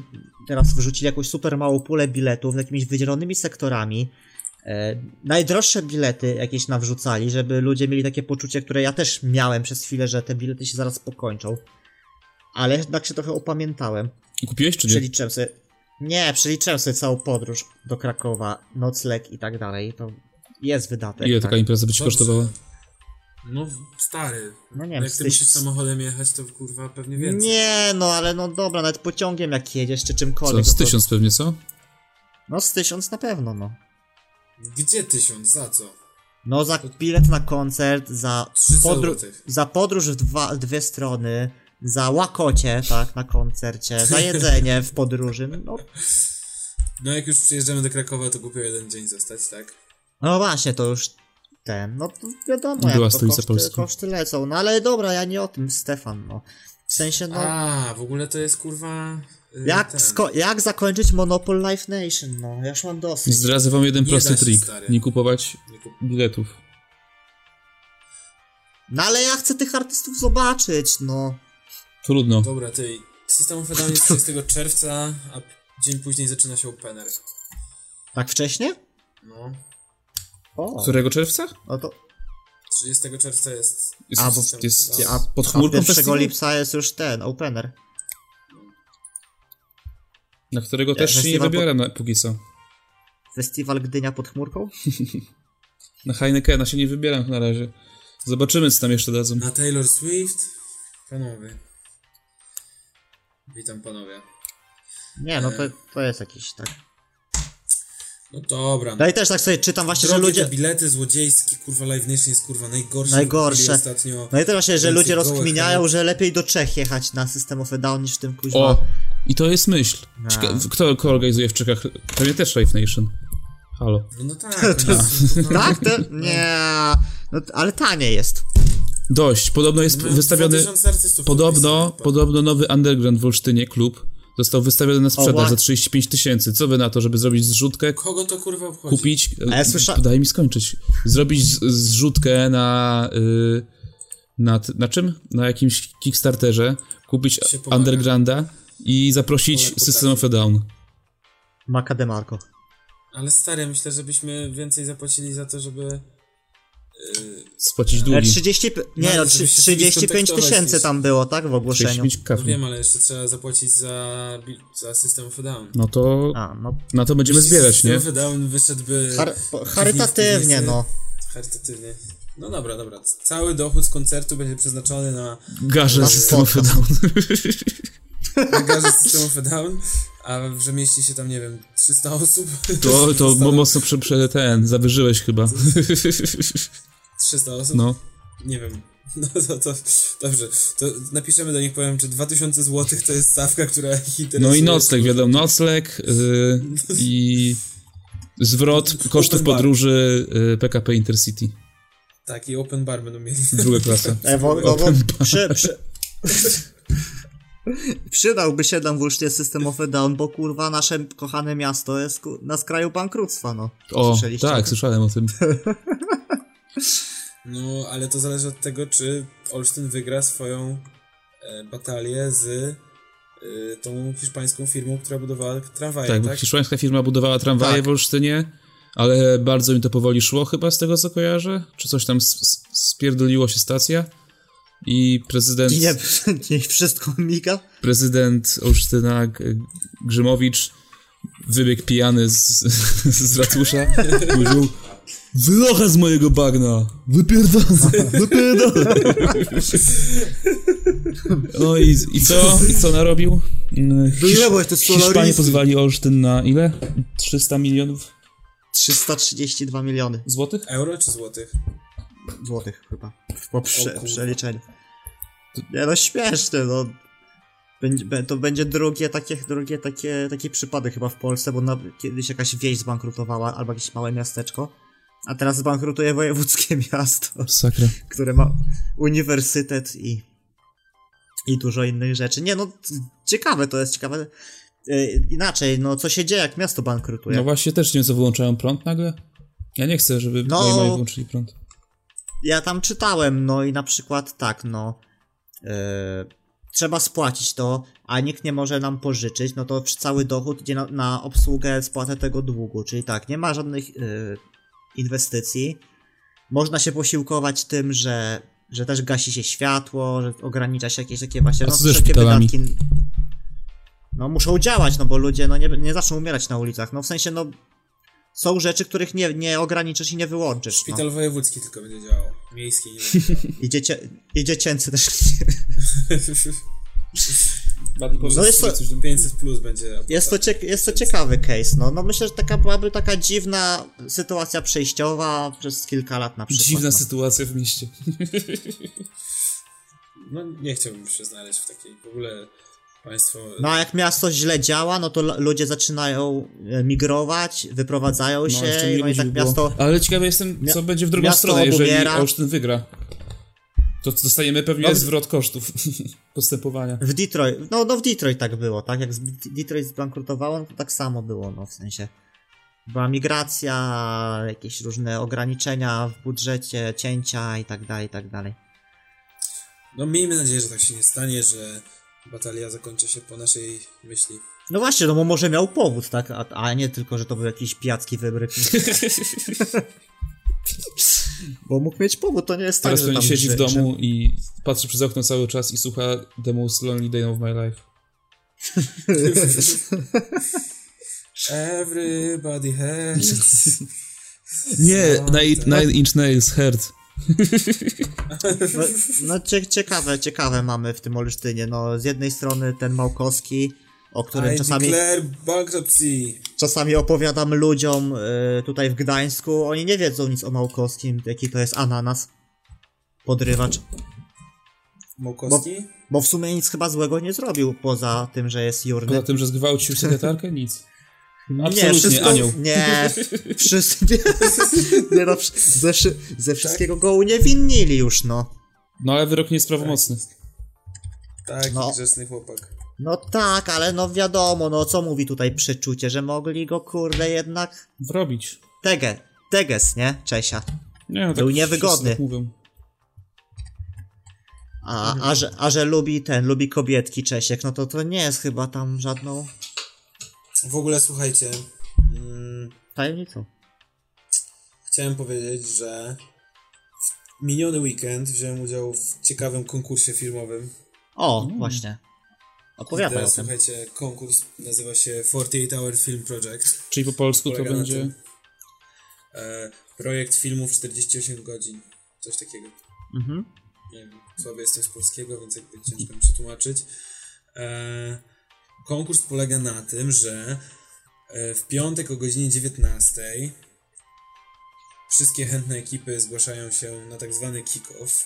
D: teraz wrzucili jakąś super małą pulę biletów z jakimiś wydzielonymi sektorami. E, najdroższe bilety jakieś nawrzucali, żeby ludzie mieli takie poczucie, które ja też miałem przez chwilę, że te bilety się zaraz pokończą. Ale jednak się trochę opamiętałem.
C: I Kupiłeś czy nie?
D: Przeliczyłem sobie. Nie, przeliczyłem sobie całą podróż do Krakowa, nocleg i tak dalej. To jest wydatek.
C: Ile
D: tak.
C: taka impreza by ci
B: Dobrze.
C: kosztowała?
B: No, stary.
D: No nie
B: jak
D: wiem,
B: ty
D: jesteś-
B: musisz samochodem jechać, to kurwa pewnie więcej.
D: Nie, no ale no dobra, nawet pociągiem jak jedziesz, czy czymkolwiek.
C: Co,
D: no
C: z
D: to-
C: tysiąc pewnie, co?
D: No z tysiąc na pewno, no.
B: Gdzie tysiąc? Za co?
D: No za bilet na koncert, za,
B: 300
D: podru-
B: złotych.
D: za podróż w dwa, dwie strony, za łakocie, tak, na koncercie, za jedzenie w podróży. No,
B: No jak już przyjeżdżamy do Krakowa, to głupio jeden dzień zostać, tak?
D: no właśnie, to już ten, no to wiadomo,
C: Była
D: jak to
C: stolica
D: koszty,
C: Polski.
D: koszty lecą. No ale dobra, ja nie o tym, Stefan, no. W sensie, no...
B: A, w ogóle to jest kurwa... y,
D: Jak,
B: ten.
D: sko- jak zakończyć Monopol Life Nation? No, ja już mam dosyć.
C: Zdradzę wam jeden
B: Nie
C: prosty
B: da się,
C: trik.
B: stary.
C: Nie kupować
B: Nie kup-
C: biletów.
D: No ale ja chcę tych artystów zobaczyć, no.
C: Trudno.
B: Dobra, ty. System of a Down jest 30 czerwca, a dzień później zaczyna się opener.
D: Tak wcześnie?
B: No.
D: O,
C: Którego czerwca?
D: no to...
B: 30 czerwca jest...
C: Jest,
D: A, bo
C: jest, jest
B: ja-
C: pod
D: A
C: chmurką
D: 1
C: festiwal?
D: lipca jest już ten, opener.
C: Na którego też się nie
D: festiwal pod-
C: wybieram na, póki co.
D: Festiwal Gdynia pod chmurką?
C: Na Heinekena się nie wybieram na razie. Zobaczymy, co tam jeszcze dadzą.
B: Na Taylor Swift? Panowie. Witam panowie.
D: Nie, no to, to jest jakiś tak.
B: No dobra.
D: No i też tak sobie czytam właśnie, że
B: Drogie
D: ludzie...
B: te bilety złodziejskie, kurwa Live Nation jest kurwa najgorsze.
D: Najgorsze.
B: Kupili Ostatnio.
D: No i też właśnie, że
B: Więcej
D: ludzie
B: gołych
D: rozkminiają,
B: chętnych.
D: że lepiej do Czech jechać na System of a Down niż w tym kuźwa.
C: O! I to jest myśl.
D: No.
C: Cieka- Kto, kto organizuje w Czechach? Pewnie też Live Nation. Halo.
B: No, no tak. oni są, kurwa,
D: Tak? To, nie... No, t- ale tanie jest.
C: Dość. Podobno jest
B: mają
C: wystawiony...
B: 2000 no. artystów
C: Podobno,
B: podpisanych,
C: podobno nowy underground w Olsztynie, klub, został wystawiony na sprzedaż za
D: właśnie.
C: 35 tysięcy. Co wy na to, żeby zrobić zrzutkę, k-
B: Kogo to kurwa obchodzi?
C: kupić... e,
D: A ja słysza-
C: Daj mi skończyć. Zrobić z- zrzutkę na... y, na, t- na czym? Na jakimś Kickstarterze, kupić
B: Się pomaga.
C: Undergrounda i zaprosić
B: Polega
C: System of a Down.
D: Maka de Marco.
B: Ale stary, myślę, żebyśmy więcej zapłacili za to, żeby... Yy,
C: Spłacić
D: E,
C: długi.
D: 30, p- nie,
B: No,
D: no,
B: żeby się z nimi
D: 35 tysięcy
B: skontaktować.
D: tam było, tak, w ogłoszeniu.
C: 35
B: no
C: kafli.
B: wiem, ale jeszcze trzeba zapłacić za, bi- za System of a Down.
C: No to
D: A, no,
C: na to będziemy zbierać, nie?
B: System of a Down wyszedłby...
D: char- charytatywnie, no.
B: Charytatywnie. No dobra, dobra. Cały dochód z koncertu będzie przeznaczony na
C: Garze
D: Na
C: System of a Down.
B: bagaże System of a Down, a że mieści się tam, nie wiem, 300 osób.
C: To, to
B: Zostaną
C: mo- mocno prze, prze, ten, zawyżyłeś chyba.
B: 300 osób?
C: No.
B: Nie wiem. No to, to dobrze. To napiszemy do nich, powiem, czy 2000 zł to jest stawka, która ich interesuje.
C: No i nocleg, wiadomo, nocleg yy, i zwrot kosztów
B: Open bar.
C: podróży yy, PKP Intercity.
B: Tak, i open bar będą mieli.
C: Druga klasa.
D: E, wo, no, bo przy, przy... Przydałby się nam włócznie systemowy down, bo kurwa nasze kochane miasto jest ku- na skraju bankructwa, no.
C: O,
D: Słyszeliście?
C: tak, słyszałem o tym.
B: No, ale to zależy od tego, czy Olsztyn wygra swoją e, batalię z e, tą hiszpańską firmą, która budowała tramwaje,
C: Tak,
B: tak?
C: bo hiszpańska firma budowała tramwaje
D: Tak.
C: w Olsztynie, ale bardzo mi to powoli szło chyba z tego, co kojarzę. Czy coś tam s- s- spierdoliło się stacja i prezydent...
D: I nie, niech wszystko miga.
C: prezydent Olsztyna G- Grzymowicz wybiegł pijany z, z ratusza powiedział Wylocha z mojego bagna! Wypierdolę! Wypierdolę! No i, i co? I co narobił? Mm,
D: Ile byłeś to
C: Hiszpanie pozwali Olsztyn na ile? 300 milionów
D: 332 miliony
C: złotych?
B: Euro czy złotych?
D: złotych chyba. Po
B: O
D: prze,
B: kurwa.
D: przeliczeniu. Nie no śmieszne, no. Będzie, be- to będzie drugie takie, drugie takie, taki przypadek chyba w Polsce, bo na, kiedyś jakaś wieś zbankrutowała, albo jakieś małe miasteczko. A teraz zbankrutuje wojewódzkie miasto,
C: Sakra.
D: które ma uniwersytet i, i dużo innych rzeczy. Nie no, c- ciekawe to jest, ciekawe. E, inaczej, no co się dzieje, jak miasto bankrutuje?
C: No właśnie też nie wiem, co wyłączają prąd nagle. Ja nie chcę, żeby
D: No.
C: no. moi wyłączyli prąd.
D: Ja tam czytałem, no i na przykład tak, no. Yy, trzeba spłacić to, a nikt nie może nam pożyczyć, no to przy- cały dochód idzie na, na obsługę spłatę tego długu. Czyli tak, nie ma żadnych yy, inwestycji. Można się posiłkować tym, że, że też gasi się światło, że ogranicza się jakieś takie właśnie
C: A
D: no,
C: co ze
D: wszelkie
C: szpitalami?
D: wydatki. No muszą działać, no bo ludzie no, nie, nie zaczną umierać na ulicach. No w sensie, no. Są rzeczy, których nie, nie ograniczysz i nie wyłączysz. no.
B: Szpital wojewódzki tylko będzie działał. Miejski nie będzie
D: I, dziecia- I dziecięcy też.
B: działał.
D: No jest to,
B: 500 plus będzie.
D: jest, to ciek- jest to ciekawy case. No. no myślę, że taka byłaby taka dziwna sytuacja przejściowa przez kilka lat na przykład.
C: Dziwna
D: no.
C: sytuacja w mieście.
B: No nie chciałbym się znaleźć w takiej w ogóle państwo.
D: No a jak miasto źle działa, no to l- ludzie zaczynają e, migrować, wyprowadzają
C: jeszcze
D: się,
C: mniej
D: no i
C: ludzi
D: tak
C: by było.
D: miasto...
C: Ale ciekawy jestem, co
D: Mia-
C: będzie w drugą
D: miasto
C: stronę, jeżeli
D: obumiera.
C: Olsztyn wygra. To dostajemy pewnie
D: No-
C: zwrot kosztów postępowania.
D: W Detroit, no, no w Detroit tak było, tak? Jak z- Detroit zbankrutowało, no to tak samo było, no w sensie. Była migracja, jakieś różne ograniczenia w budżecie, cięcia i tak dalej, i tak dalej.
B: No miejmy nadzieję, że tak się nie stanie, że batalia zakończy się po naszej myśli.
D: No właśnie, no bo może miał powód, tak? A, a nie tylko, że to był jakiś pijacki wybryk. bo mógł mieć powód, to nie jest
C: Teraz
D: tak, że
C: pewnie
D: tam...
C: siedzi
D: że,
C: w domu i patrzy przez okno cały czas i słucha The Most Lonely Day of My Life.
B: Everybody has.
C: Nie, Nine, nine Inch Nails, Hurt.
D: Że, no no cie, ciekawe, ciekawe mamy w tym Olsztynie. No z jednej strony ten Małkowski, o którym
B: I
D: czasami,
B: declare bankruptcy.
D: czasami opowiadam ludziom y, tutaj w Gdańsku. Oni nie wiedzą nic o Małkowskim, jaki to jest ananas. Podrywacz.
B: Mołkowski?
D: Bo w sumie nic chyba złego nie zrobił, poza tym, że jest jurny.
C: Poza tym, że zgwałcił sekretarkę? Nic.
D: Nie,
C: Absolutnie,
D: wszystko,
C: anioł.
D: Nie, wszyscy, nie, nie no, wsz- ze, wszy- ze wszystkiego go uniewinnili już, no.
C: No ale wyrok nie jest prawomocny.
B: Tak,
D: No.
B: grzeczny chłopak.
D: No tak, ale no wiadomo, no co mówi tutaj przeczucie, że mogli go, kurde, jednak...
C: Wrobić.
D: Tege, teges, nie? Czesia.
C: Nie, no, tak
D: Był
C: wszyscy
D: niewygodny.
C: tak mówią.
D: A, a, że, a że lubi ten, lubi kobietki Czesiek, no to to nie jest chyba tam żadną
B: W ogóle słuchajcie, mm,
D: tajemnicą.
B: chciałem powiedzieć, że w miniony weekend wziąłem udział w ciekawym konkursie filmowym.
D: O, właśnie. Mm. Opowiadaj
B: Teraz,
D: o tym. No.
B: słuchajcie, konkurs nazywa się 48 Hour Film Project.
C: Czyli po polsku to
B: Polega na
C: będzie...
B: tym, E, projekt filmów 48 godzin. Coś takiego.
D: Mhm.
B: Nie wiem, słaby jestem z polskiego, więc jakby ciężko mi przetłumaczyć. E, konkurs polega na tym, że e, w piątek o godzinie 19 wszystkie chętne ekipy zgłaszają się na tak zwany kick-off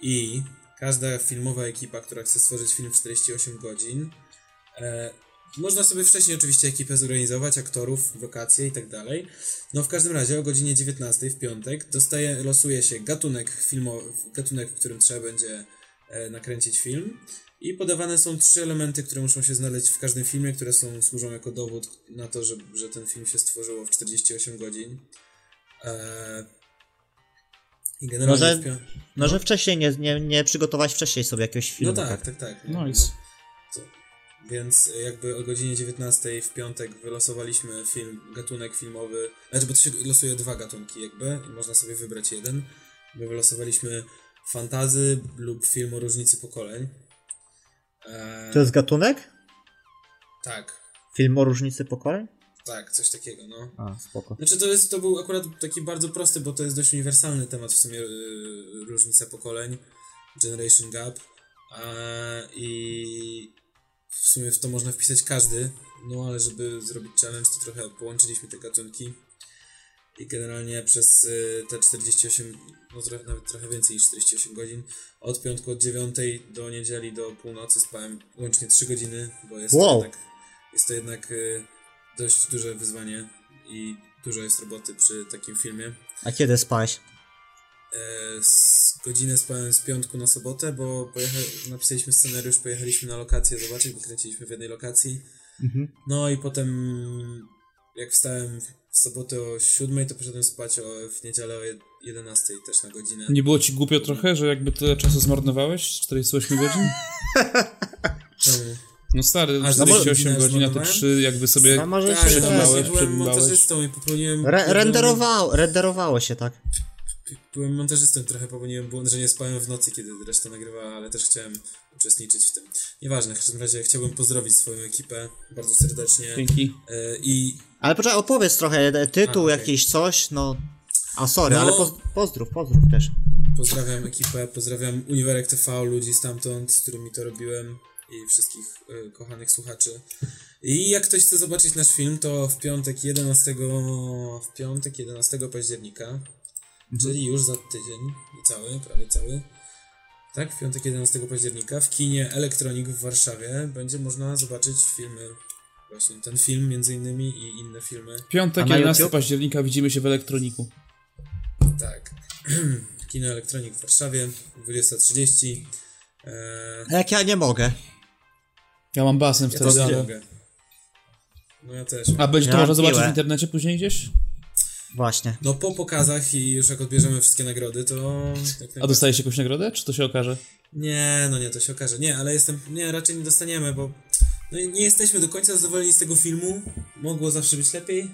B: i każda filmowa ekipa, która chce stworzyć film w 48 godzin, e, można sobie wcześniej oczywiście ekipę zorganizować, aktorów, wakacje i tak dalej. No w każdym razie o godzinie 19 w piątek dostaje, losuje się gatunek filmowy, gatunek, w którym trzeba będzie e, nakręcić film i podawane są trzy elementy, które muszą się znaleźć w każdym filmie, które są, służą jako dowód na to, że, że ten film się stworzyło w 48 godzin. E, I generalnie
D: Może-
B: w piątek...
D: No, że wcześniej nie, nie, nie przygotować wcześniej sobie jakiegoś filmu.
B: No tak, tak, tak. No,
C: Nice.
B: No. To- Więc e, jakby o godzinie 19 w piątek wylosowaliśmy film, gatunek filmowy. Znaczy, bo to się losuje dwa gatunki jakby i można sobie wybrać jeden. My wylosowaliśmy fantazy lub film o różnicy pokoleń. Eee,
D: To jest gatunek?
B: Tak,
D: Film o różnicy pokoleń?
B: tak, coś takiego, no.
D: A, spoko.
B: Znaczy to jest, to był akurat taki bardzo prosty, bo to jest dość uniwersalny temat w sumie yy, różnica pokoleń, generation gap a, i w sumie w to można wpisać każdy, no ale żeby zrobić challenge to trochę połączyliśmy te gatunki i generalnie przez y, te 48, no trochę, nawet trochę więcej niż 48 godzin, od piątku od 9 do niedzieli do północy spałem łącznie 3 godziny, bo jest
D: Wow.
B: to jednak, jest to jednak y, dość duże wyzwanie i dużo jest roboty przy takim filmie.
D: A kiedy spałeś?
B: E, z godzinę spałem z piątku na sobotę, bo pojecha- napisaliśmy scenariusz, pojechaliśmy na lokację zobaczyć, bo kręciliśmy w jednej lokacji. No i potem jak wstałem w sobotę o 7, to poszedłem spać o, w niedzielę o jed- 11 też na godzinę.
C: Nie było ci głupio trochę, że jakby tyle czasu zmarnowałeś? 48 godzin?
B: Czemu?
C: No stary,
B: A
C: 48
B: zgodzinę
C: godzin, a te
B: zmarnowałem?
C: trzy jakby sobie...
D: No może
B: Tak,
D: się
B: tak,
C: przebywałeś,
B: ja byłem
C: przebywałeś.
B: montażystą i popełniłem...
D: Re- renderowało, renderowało się, tak?
B: Byłem montażystą, trochę popełniłem błąd, że nie spałem w nocy, kiedy reszta nagrywała, ale też chciałem uczestniczyć w tym. Nieważne, w każdym razie chciałbym pozdrowić swoją ekipę bardzo serdecznie.
C: Dzięki.
B: E, I
D: Ale poczekaj, opowiedz trochę, e, tytuł
B: A, okej.
D: jakiś, coś, no... A sorry,
B: No.
D: ale poz- pozdrów, pozdrów też.
B: pozdrawiam ekipę, pozdrawiam Uniwerek TV, ludzi stamtąd, z którymi to robiłem i wszystkich e, kochanych słuchaczy. I jak ktoś chce zobaczyć nasz film, to w piątek 11, w piątek 11 października, czyli już za tydzień, cały, prawie cały, tak, w piątek 11 października w kinie Elektronik w Warszawie będzie można zobaczyć filmy, właśnie ten film między innymi i inne filmy.
C: Piątek,
D: A na
C: 11
D: YouTube?
C: października widzimy się w elektroniku.
B: Tak. Kino Elektronik w Warszawie, 20.30. Eee,
D: A Jak ja nie mogę.
C: Ja mam basen
B: ja
C: wtedy,
B: też nie
C: ale...
B: mogę. No ja też.
C: A będzie
D: Ja
C: to można
D: mam
C: zobaczyć
D: piłę.
C: w internecie później gdzieś?
D: Właśnie.
B: No po pokazach i już jak odbierzemy wszystkie nagrody, to... jak
C: A dostajesz jakąś nagrodę? Czy to się okaże?
B: Nie, no nie, to się okaże. Nie, ale jestem... Nie, raczej nie dostaniemy, bo... No i nie jesteśmy do końca zadowoleni z tego filmu. Mogło zawsze być lepiej,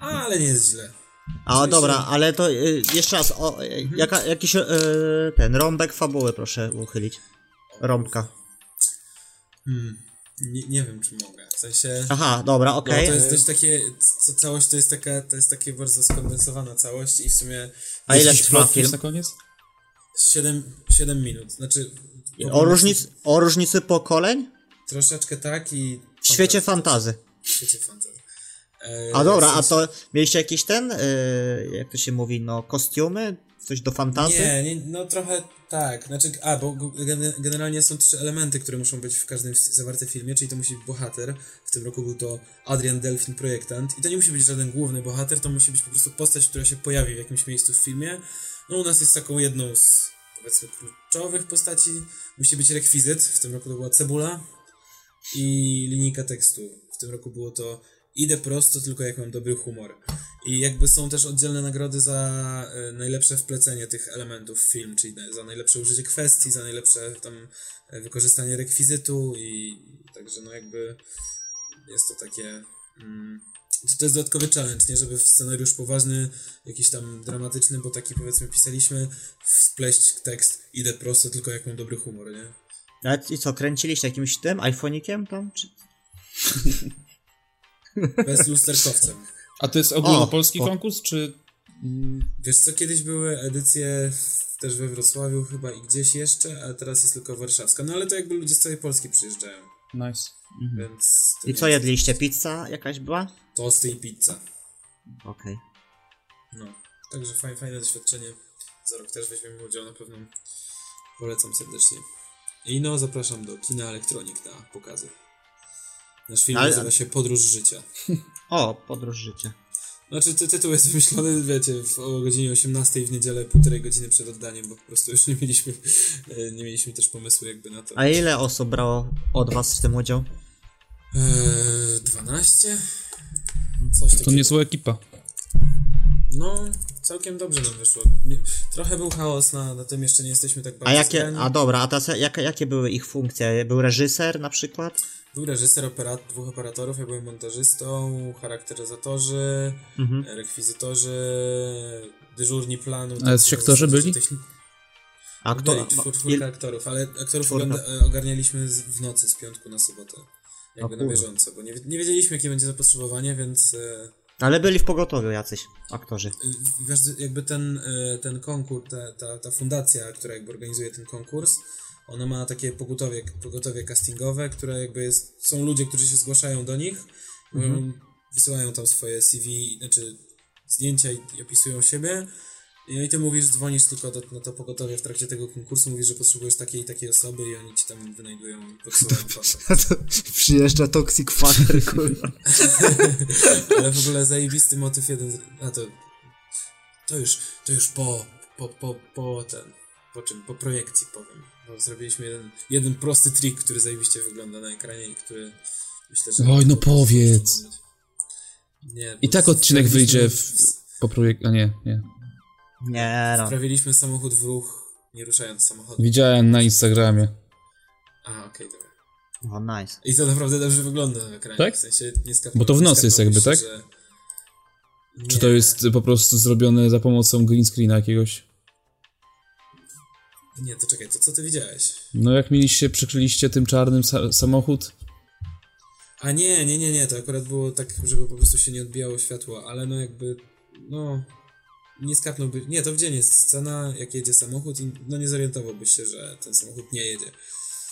B: ale nie jest źle.
D: A dobra, ale to y, jeszcze raz, o, y,
B: Mhm.
D: jaka, jakiś y, ten rąbek fabuły proszę uchylić. Rąbka.
B: Hmm. Nie, nie wiem, czy mogę. W sensie...
D: Aha, dobra,
B: No,
D: okej.
B: to jest dość takie, co, całość to jest taka, to jest takie bardzo skondensowana całość i w sumie
D: A ile
C: Jakiś
D: trwa
C: plot twist
D: film?
C: na koniec?
B: 7, 7 minut, znaczy...
D: O, różnic, o różnicy pokoleń?
B: Troszeczkę tak i...
D: W świecie fantazy.
B: W świecie fantasy. E,
D: A dobra, a
B: w sensie-
D: to mieliście jakiś ten, y, jak to się mówi, no kostiumy? Coś do fantazy?
B: Nie, nie, no trochę tak, znaczy, a, bo g- gen- generalnie są trzy elementy, które muszą być w każdym s- zawartym filmie, czyli to musi być bohater, w tym roku był to Adrian Delfin, projektant, i to nie musi być żaden główny bohater, to musi być po prostu postać, która się pojawi w jakimś miejscu w filmie, no u nas jest taką jedną z, powiedzmy, kluczowych postaci, musi być rekwizyt, w tym roku to była cebula i linijka tekstu, w tym roku było to idę prosto, tylko jak mam dobry humor. I jakby są też oddzielne nagrody za y, najlepsze wplecenie tych elementów w film, czyli na- za najlepsze użycie kwestii, za najlepsze tam y, wykorzystanie rekwizytu i także no jakby jest to takie... Mm, czy to jest dodatkowy challenge, nie? Żeby w scenariusz poważny, jakiś tam dramatyczny, bo taki powiedzmy pisaliśmy, wpleść tekst idę prosto, tylko jak mam dobry humor, nie?
D: Ale i co, kręciliście jakimś tym iPhonikiem tam? Czy...
B: Bez lusterkowcem.
C: A to jest ogólnopolski
D: O, o.
C: konkurs, czy... Mm,
B: Wiesz co, kiedyś były edycje w, też we Wrocławiu chyba i gdzieś jeszcze, a teraz jest tylko warszawska. No ale to jakby ludzie z całej Polski przyjeżdżają,
C: Nice.
B: więc...
D: Mhm.
B: to
D: I
B: nie
D: co
B: jest-
D: jedliście? Pizza jakaś była?
B: Tosty i pizza.
D: Okej.
B: No. Także fajne, fajne doświadczenie. Za rok też weźmiemy udział na pewno. Polecam serdecznie. I no, zapraszam do Kina Elektronik na pokazy. Nasz film
D: Ale-
B: nazywa się Podróż Życia.
D: O, podróż życia.
B: Znaczy, ty, tytuł jest wymyślony, wiecie, w, o godzinie 18 w niedzielę, półtorej godziny przed oddaniem, bo po prostu już nie mieliśmy, e, nie mieliśmy też pomysłu jakby na to.
D: A ile osób brało od was w tym udział?
B: Eee, 12? Coś takiego.
C: To niezła ekipa.
B: No, całkiem dobrze nam wyszło. Nie, trochę był chaos no, na, na tym, jeszcze nie jesteśmy tak bardzo
D: A jakie,
B: zgrani.
D: a dobra, a teraz jak, jakie były ich funkcje? Był reżyser na przykład?
B: Był reżyser operat- dwóch operatorów, ja byłem montażystą, charakteryzatorzy,
D: Mhm.
B: rekwizytorzy, dyżurni planu.
C: Ale
B: tacy
C: sektorzy byli?
B: techni-
D: A kto?
B: Byli, czwór, czwórka
D: il-
B: aktorów, ale aktorów
D: Czwórka.
B: ogląda, e, ogarnialiśmy z, w nocy z piątku na sobotę. Jakby
D: O
B: na
D: kurde.
B: bieżąco, bo nie, wi- nie wiedzieliśmy jakie będzie zapotrzebowanie, więc e,
D: Ale byli w pogotowiu jacyś aktorzy.
B: w- y, wiesz, jakby ten, e, ten konkurs, ta, ta, ta fundacja, która jakby organizuje ten konkurs, ona ma takie pogotowie, pogotowie castingowe, które jakby jest, są ludzie, którzy się zgłaszają do nich, mm, wysyłają tam swoje CV, znaczy zdjęcia i, i opisują siebie. No i ty mówisz, dzwonisz tylko do, na to pogotowie w trakcie tego konkursu, mówisz, że potrzebujesz takiej i takiej osoby i oni ci tam wynajdują i podsyłają kontakt.
D: Przyjeżdża Toxic Fucker, kurwa.
B: Ale w ogóle zajebisty motyw jeden. z- A to. To już, to już po, po, po, po ten. Po czym? Po projekcji powiem. Bo zrobiliśmy jeden, jeden prosty trik, który zajebiście wygląda na ekranie i który myślę, że.
C: Oj, no powiedz.
B: Nie,
C: I
B: bo
C: tak odcinek
B: wprawiliśmy-
C: wyjdzie w... Po projekt... A nie, nie.
D: Nie no.
B: Wprawiliśmy samochód w ruch, nie ruszając samochodu.
C: Widziałem na Instagramie.
B: A, okej, dobra.
D: O, nice.
B: I to naprawdę dobrze wygląda na ekranie.
C: Tak?
B: W sensie nie skapnął,
C: Bo to w nocy jest jakby, tak?
B: Że...
C: Czy to
B: Nie.
C: jest po prostu zrobione za pomocą green screena jakiegoś?
B: Nie, to czekaj, to co ty widziałeś?
C: No jak mieliście, przykryliście tym czarnym sa- samochód?
B: A nie, nie, nie, nie, to akurat było tak, żeby po prostu się nie odbijało światło, ale no jakby, no, nie skapnąłby, nie, to w dzień jest scena, jak jedzie samochód i no nie zorientowałbyś się, że ten samochód nie jedzie,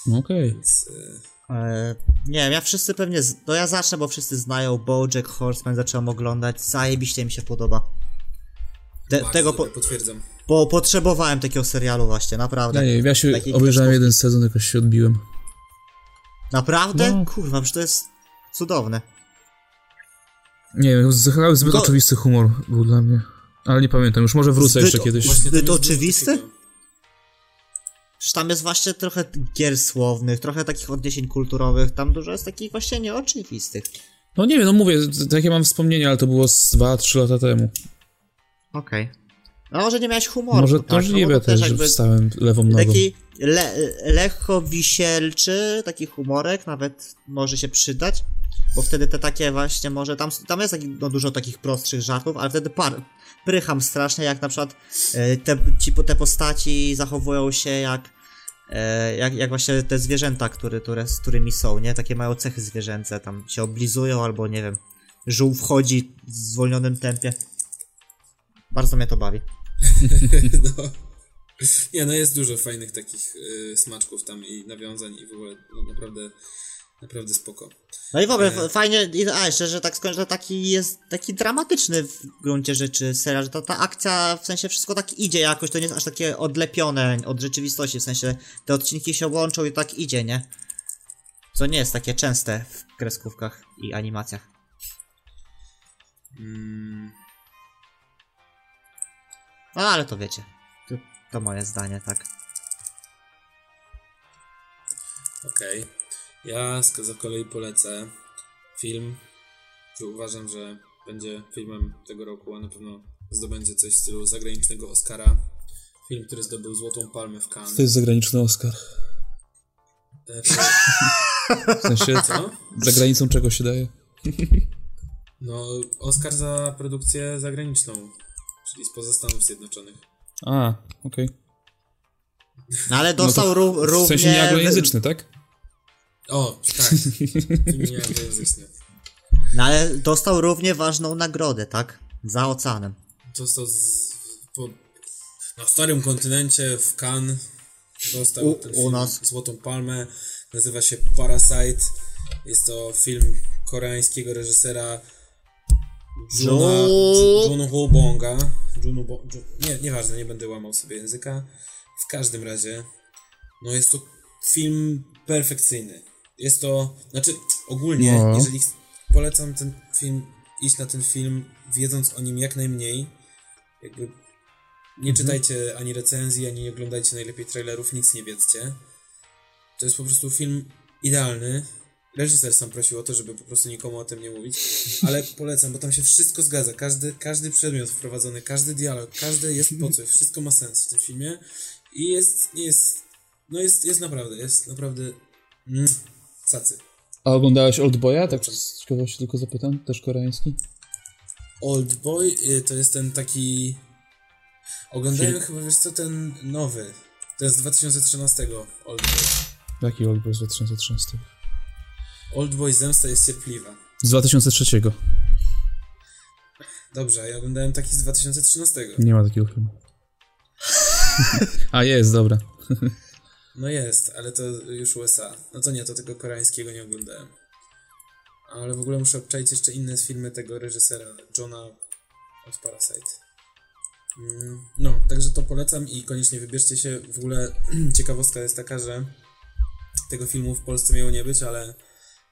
C: No okej.
B: więc y,
D: E, nie wiem, ja wszyscy pewnie, z... no ja zacznę, bo wszyscy znają Bojack Horseman, zacząłem oglądać, zajebiście mi się podoba. Te,
B: bardzo
D: tego,
B: dobre,
D: po,
B: potwierdzam.
D: bo potrzebowałem takiego serialu właśnie, naprawdę.
C: Nie, ja się
D: Taki
C: obejrzałem
D: kiepsko-
C: jeden sezon, jakoś się odbiłem.
D: Naprawdę?
C: No.
D: Kurwa, przecież to jest cudowne.
C: Nie wiem, zachowałem zbyt
D: To-
C: oczywisty humor był dla mnie. Ale nie pamiętam, już może wrócę
D: Zbyt-
C: jeszcze kiedyś.
D: Właśnie-
B: tam
D: to
B: jest dużo
D: oczywiste?
B: takiego.
D: Przecież tam jest właśnie trochę gier słownych, trochę takich odniesień kulturowych, tam dużo jest takich właśnie nieoczywistych.
C: No nie wiem, no mówię, t- takie mam wspomnienia, ale to było z 2-3 lata temu.
D: Okej. No może nie miałeś humoru.
C: może
D: tak,
C: to możliwe
D: no, bo to
C: też, że wstałem lewą nogą.
D: Taki le, lekko wisielczy, taki humorek nawet może się przydać, bo wtedy te takie właśnie może, tam, tam jest taki, no, dużo takich prostszych żartów, ale wtedy par, prycham strasznie, jak na przykład e, te, ci, te postaci zachowują się jak, e, jak, jak właśnie te zwierzęta, które, które, z którymi są, nie? Takie mają cechy zwierzęce, tam się oblizują albo nie wiem, żół wchodzi w zwolnionym tempie. Bardzo mnie to bawi.
B: no. Nie, no jest dużo fajnych takich y, smaczków tam i nawiązań i w ogóle, no naprawdę, naprawdę spoko.
D: No i w ogóle
B: E.
D: f- fajnie, i- a jeszcze, że tak skończę, że taki jest taki dramatyczny w gruncie rzeczy serial, że ta, ta akcja, w sensie wszystko tak idzie jakoś, to nie jest aż takie odlepione od rzeczywistości, w sensie te odcinki się łączą i tak idzie, nie? Co nie jest takie częste w kreskówkach i animacjach.
B: Mm,
D: No ale to wiecie, to, to moje zdanie, tak.
B: Okej. Ja z- za kolei polecę film, który uważam, że będzie filmem tego roku, a na pewno zdobędzie coś w stylu zagranicznego Oscara. Film, który zdobył Złotą Palmę w Cannes.
C: To jest zagraniczny Oscar.
B: E, to-
C: W sensie,
B: Co?
C: za granicą czego się daje?
B: No, Oscar za produkcję zagraniczną, czyli spoza Stanów Zjednoczonych.
C: A, okej.
D: No ale dostał
C: No
D: ró-
C: W
D: równie...
C: sensie nieanglojęzyczny, tak?
B: O, tak. Film nieanglojęzyczny.
D: No ale dostał równie ważną nagrodę, tak? Za oceanem.
B: Został z, po, na starym kontynencie w Cannes. Dostał
D: U-
B: ten
D: u
B: film
D: nas.
B: Złotą Palmę. Nazywa się Parasite. Jest to film koreańskiego reżysera Juna,
D: Ju-
B: Jun Hubonga. Junu Bo, Ju, nie, nieważne, nie będę łamał sobie języka. W każdym razie, no jest to film perfekcyjny. Jest to, znaczy ogólnie,
C: No.
B: jeżeli ch- polecam ten film, iść na ten film, wiedząc o nim jak najmniej, jakby nie czytajcie ani recenzji, ani nie oglądajcie najlepiej trailerów, nic nie wiedzcie. To jest po prostu film idealny. Reżyser sam prosił o to, żeby po prostu nikomu o tym nie mówić, ale polecam, bo tam się wszystko zgadza. Każdy, każdy przedmiot wprowadzony, każdy dialog, każdy jest po coś, wszystko ma sens w tym filmie i jest, nie jest, no jest, jest naprawdę, jest naprawdę mm, cacy.
C: A oglądałeś Oldboya? Tak z ciekawości tylko zapytam, też koreański?
B: Old Boy y, to jest ten taki. Oglądałem chyba wiesz co ten nowy. To jest z 2013 Old Boy.
C: Jaki Oldboy z 2013?
B: Old Boy zemsta jest cierpliwa.
C: Z 2003.
B: Dobrze, a ja oglądałem taki z 2013.
C: Nie ma takiego filmu. A jest, dobra.
B: No jest, ale to już USA. No to nie, to tego koreańskiego nie oglądałem. Ale w ogóle muszę obczaić jeszcze inne filmy tego reżysera, Johna od Parasite. Mm, No, także to polecam i koniecznie wybierzcie się. W ogóle ciekawostka jest taka, że tego filmu w Polsce miało nie być, ale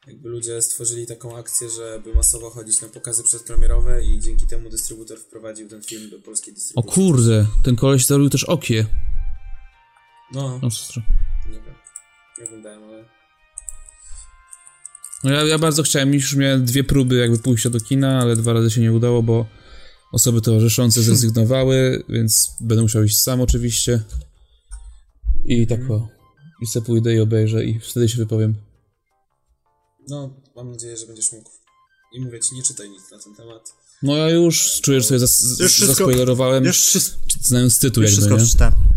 B: jakby ludzie stworzyli taką akcję, żeby masowo chodzić na pokazy przedpremierowe i dzięki temu dystrybutor wprowadził ten film do polskiej
C: O
B: dystrybucji.
C: kurde, ten koleś zarobił też okie.
B: No,
C: No, siostro.
B: nie wiem. Nie oglądałem, ale...
C: No ja, ja bardzo chciałem, już miałem dwie próby jakby pójścia do kina, ale dwa razy się nie udało, bo osoby towarzyszące zrezygnowały, więc będę musiał iść sam oczywiście. I tak o, i se pójdę i obejrzę i wtedy się wypowiem.
B: No, mam nadzieję, że będziesz mógł. I mówię ci, nie czytaj nic na ten temat.
C: No ja już czuję, że sobie zas-
D: Już wszystko-
C: zaspoilerowałem,
D: Już, wszys-
C: znając tytuł
D: już
C: jakby,
D: wszystko
C: nie?
D: przeczytałem.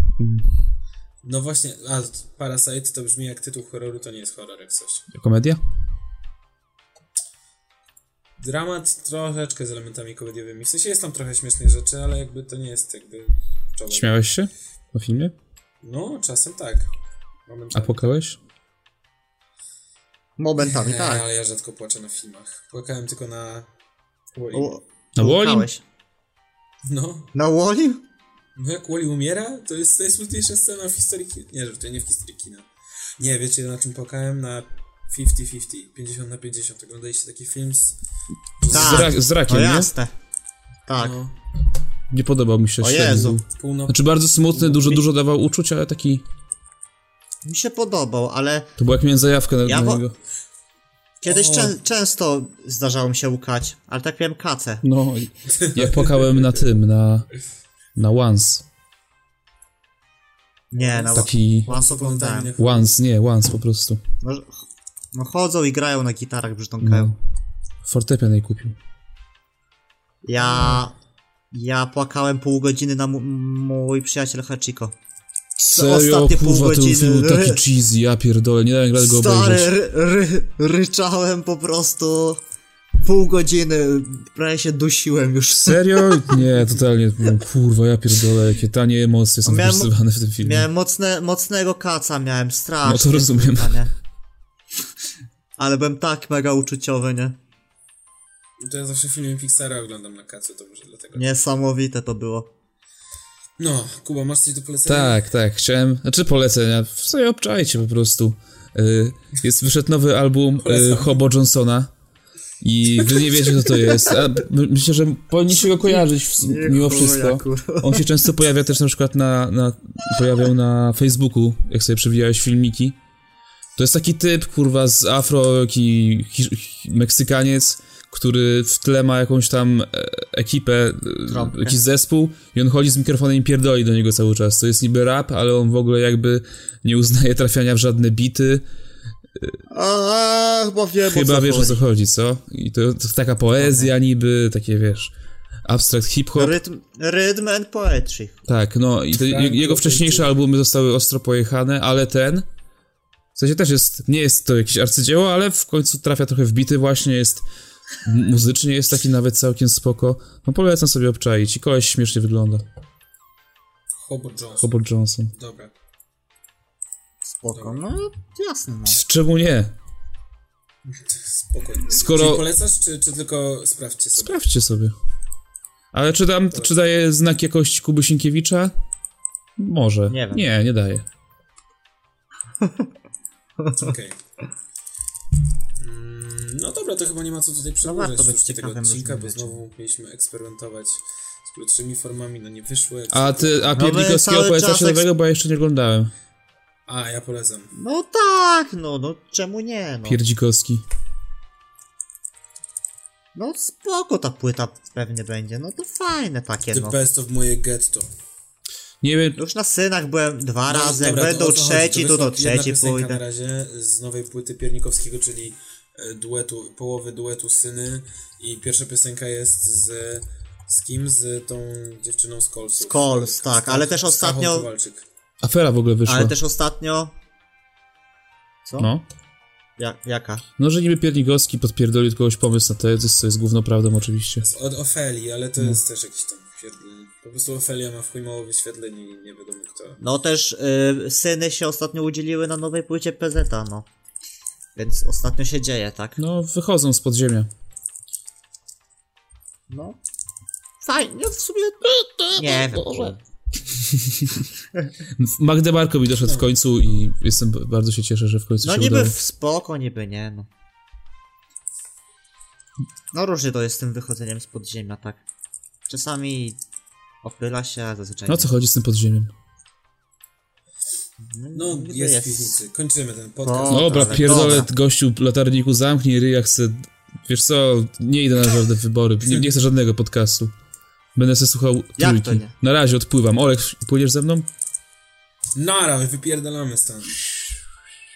B: No właśnie, a t- Parasite to brzmi jak tytuł horroru, to nie jest horror jak coś.
C: Komedia?
B: Dramat troszeczkę z elementami komediowymi. W sensie jest tam trochę śmiesznych rzeczy, ale jakby to nie jest jakby czołem.
C: Śmiałeś się po filmie?
B: No, czasem tak.
C: A
B: Momentami.
C: płakałeś?
D: Momentami,
B: Nie,
D: tak.
B: E, ale ja rzadko płaczę na filmach. Płakałem tylko na... Wall-E.
D: U-
C: Na Woli?
D: Płakałeś.
B: No,
D: Na Woli?
B: no jak Wally umiera, to jest najsmutniejsza scena w historii kina. Nie, żartuję, nie w historii kina. Nie, wiecie na czym płakałem? Na 50-50, 50 na 50. Oglądaliście taki film z
C: Z, ra-
D: Tak.
C: z rakiem,
D: No
C: nie?
D: jasne. Tak.
B: No,
C: Nie podobał mi się
D: O
C: średnio
D: Jezu.
C: był.
B: północ...
C: Znaczy bardzo smutny, dużo, dużo dawał uczuć, ale taki...
D: Mi się podobał, ale
C: To było jak miałem zajawkę na,
D: Ja
C: na
D: wo-
C: niego.
D: kiedyś
B: O.
D: czę- często zdarzało mi się łkać, ale tak miałem kacę.
C: No, i- ja płakałem na tym, na... Na Once.
D: Nie, na
C: Taki...
D: Once
B: oglądałem.
D: oglądałem.
C: Once, nie, Once po prostu.
D: No, no chodzą i grają na gitarach, brzdąkają.
C: No. Fortepian jej kupił.
D: Ja... Ja płakałem pół godziny na mu- mój przyjaciel Hachiko.
C: Serio,
D: ostatnie pół
C: kurwa, ten
D: godziny.
C: film był taki cheesy, ja pierdolę, nie dałem rady go
D: Stary,
C: obejrzeć.
D: ry, ry, ryczałem po prostu pół godziny, prawie się dusiłem już.
C: Serio? Nie, totalnie, no, kurwa, ja pierdolę, jakie tanie emocje są
D: Miałem-
C: wykorzystywane w tym filmie.
D: Miałem mocne, mocnego kaca, miałem strasznie.
C: No to rozumiem.
D: kurwa, nie? Ale byłem tak mega uczuciowy, nie?
B: To ja zawsze filmy Pixara oglądam na kacu, to może dlatego.
D: Niesamowite to było.
B: No, Kuba, masz coś do polecenia?
C: Tak, tak, chciałem. Znaczy polecenia. W sobie obczajcie po prostu. Y, Jest wyszedł nowy album y,
B: Polecam.
C: Hobo Johnsona. I wy nie wiecie, co to jest. A m- myślę, że powinniście go kojarzyć w, mimo
D: chuja,
C: wszystko.
D: kurwa.
C: On się często pojawia też na przykład na, na pojawiał na Facebooku, jak sobie przewijałeś filmiki. To jest taki typ, kurwa, z afro, taki hi- hi- Meksykaniec, który w tle ma jakąś tam e, ekipę, e,
D: Trąbkę.
C: jakiś zespół i on chodzi z mikrofonem i pierdoli do niego cały czas. To jest niby rap, ale on w ogóle jakby nie uznaje trafiania w żadne bity.
D: A, chyba wiem,
C: Chyba
D: o co
C: wiesz o
D: chodzi.
C: co chodzi, co? I to, to taka poezja niby, takie wiesz, abstrakt hip-hop.
D: Rytm, rytm and poetry.
C: Tak, no i te,
B: Tak,
C: je- jego
B: było
C: wcześniejsze
B: pięknie.
C: albumy zostały ostro pojechane, ale ten w sensie też jest, nie jest to jakieś arcydzieło, ale w końcu trafia trochę w bity właśnie, jest m- muzycznie jest taki nawet całkiem spoko. No polecam sobie obczaić i koleś śmiesznie wygląda.
B: Hobart Jones.
C: Robert Johnson.
B: Dobra.
D: Spoko, no jasne. No.
C: Czemu nie?
B: Spokojnie.
C: Skoro-
B: Czyli polecasz, czy, czy tylko sprawdźcie sobie?
C: Sprawdźcie sobie. Ale czy, dam, czy daje znak jakości Kuby Sienkiewicza? Może.
D: Nie wiem.
C: Nie, nie daje.
B: Okej. Mm, No dobra, to chyba nie ma co tutaj przedłużać
D: warto być
B: no tego
D: ciekawym
B: odcinka, bo
D: różnych rzeczy.
B: znowu mieliśmy eksperymentować z krótszymi formami, no nie wyszło. Jak
C: A ty, a
D: No my
C: Piernikowskiego
D: cały
C: polecasz
D: czas eks-
C: nowego, bo ja jeszcze nie oglądałem.
B: A, ja polecam.
D: no tak, no, no czemu nie? No,
C: Pierdzikowski.
D: no spoko ta płyta pewnie będzie, no to fajne takie
B: The
D: no.
B: best of moje getto.
C: Nie wiem,
D: Już na synach byłem dwa
B: No,
D: razy, jak
B: dobra, to o
D: będą
B: co chodzi?
D: trzeci, to
B: wyszła
D: do
B: jedna
D: trzeciej
B: piosenka
D: pójdę.
B: na razie z nowej płyty Piernikowskiego, czyli e, duetu, połowy duetu Syny i pierwsza piosenka jest z... Z kim? Z tą dziewczyną z Kols.
D: Z Kols, tak, ale też ostatnio-
C: afera w ogóle wyszła.
D: Ale też ostatnio... Co?
C: No.
D: Ja, jaka?
C: No, że niby Piernikowski podpierdolił od kogoś pomysł na tezys, co jest główną prawdą oczywiście.
B: Od Ofelii, ale
D: Mm.
B: to jest też jakiś tam pierdolenie. Po prostu Ofelia ma w chuj mało wyświetleń i nie wiadomo kto.
D: No też y, syny się ostatnio udzieliły na nowej płycie PZ, no. Więc ostatnio się dzieje, tak?
C: No, wychodzą z podziemia.
D: No. Fajnie, w sumie... Nie wiem.
C: Boże. Magdebarko mi doszedł w końcu i jestem, bardzo się cieszę, że w końcu
D: No
C: się
D: niby
C: udało.
D: w spoko, niby nie, no. No różnie to jest z tym wychodzeniem z podziemia, tak. Czasami opyla się, a zazwyczaj
C: No
D: nie.
C: co chodzi z tym podziemiem?
B: No,
D: niby
B: jest w piwnicy. Kończymy ten
D: O,
B: podcast.
D: No,
C: Dobra,
D: dobra,
C: pierdolę
D: dobra.
C: gościu latarniku, zamknij ryj, jak chcę... Wiesz co, nie idę na żadne wybory, nie, nie chcę żadnego podcastu. Będę se słuchał trójki.
D: to nie?
C: Na razie odpływam. Olek, pójdziesz ze mną?
D: No.
B: Nara, wypierdalamy stan.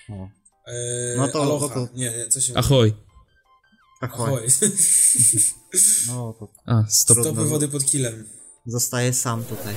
D: O.
B: Eee,
D: No to-
B: aloha.
D: to- to-
B: Nie, nie, co się mówi?
C: Ahoj.
D: Ahoj.
B: Ahoj.
D: No to
C: A, stop.
B: Stopy wody pod kilem.
D: zostaję sam tutaj.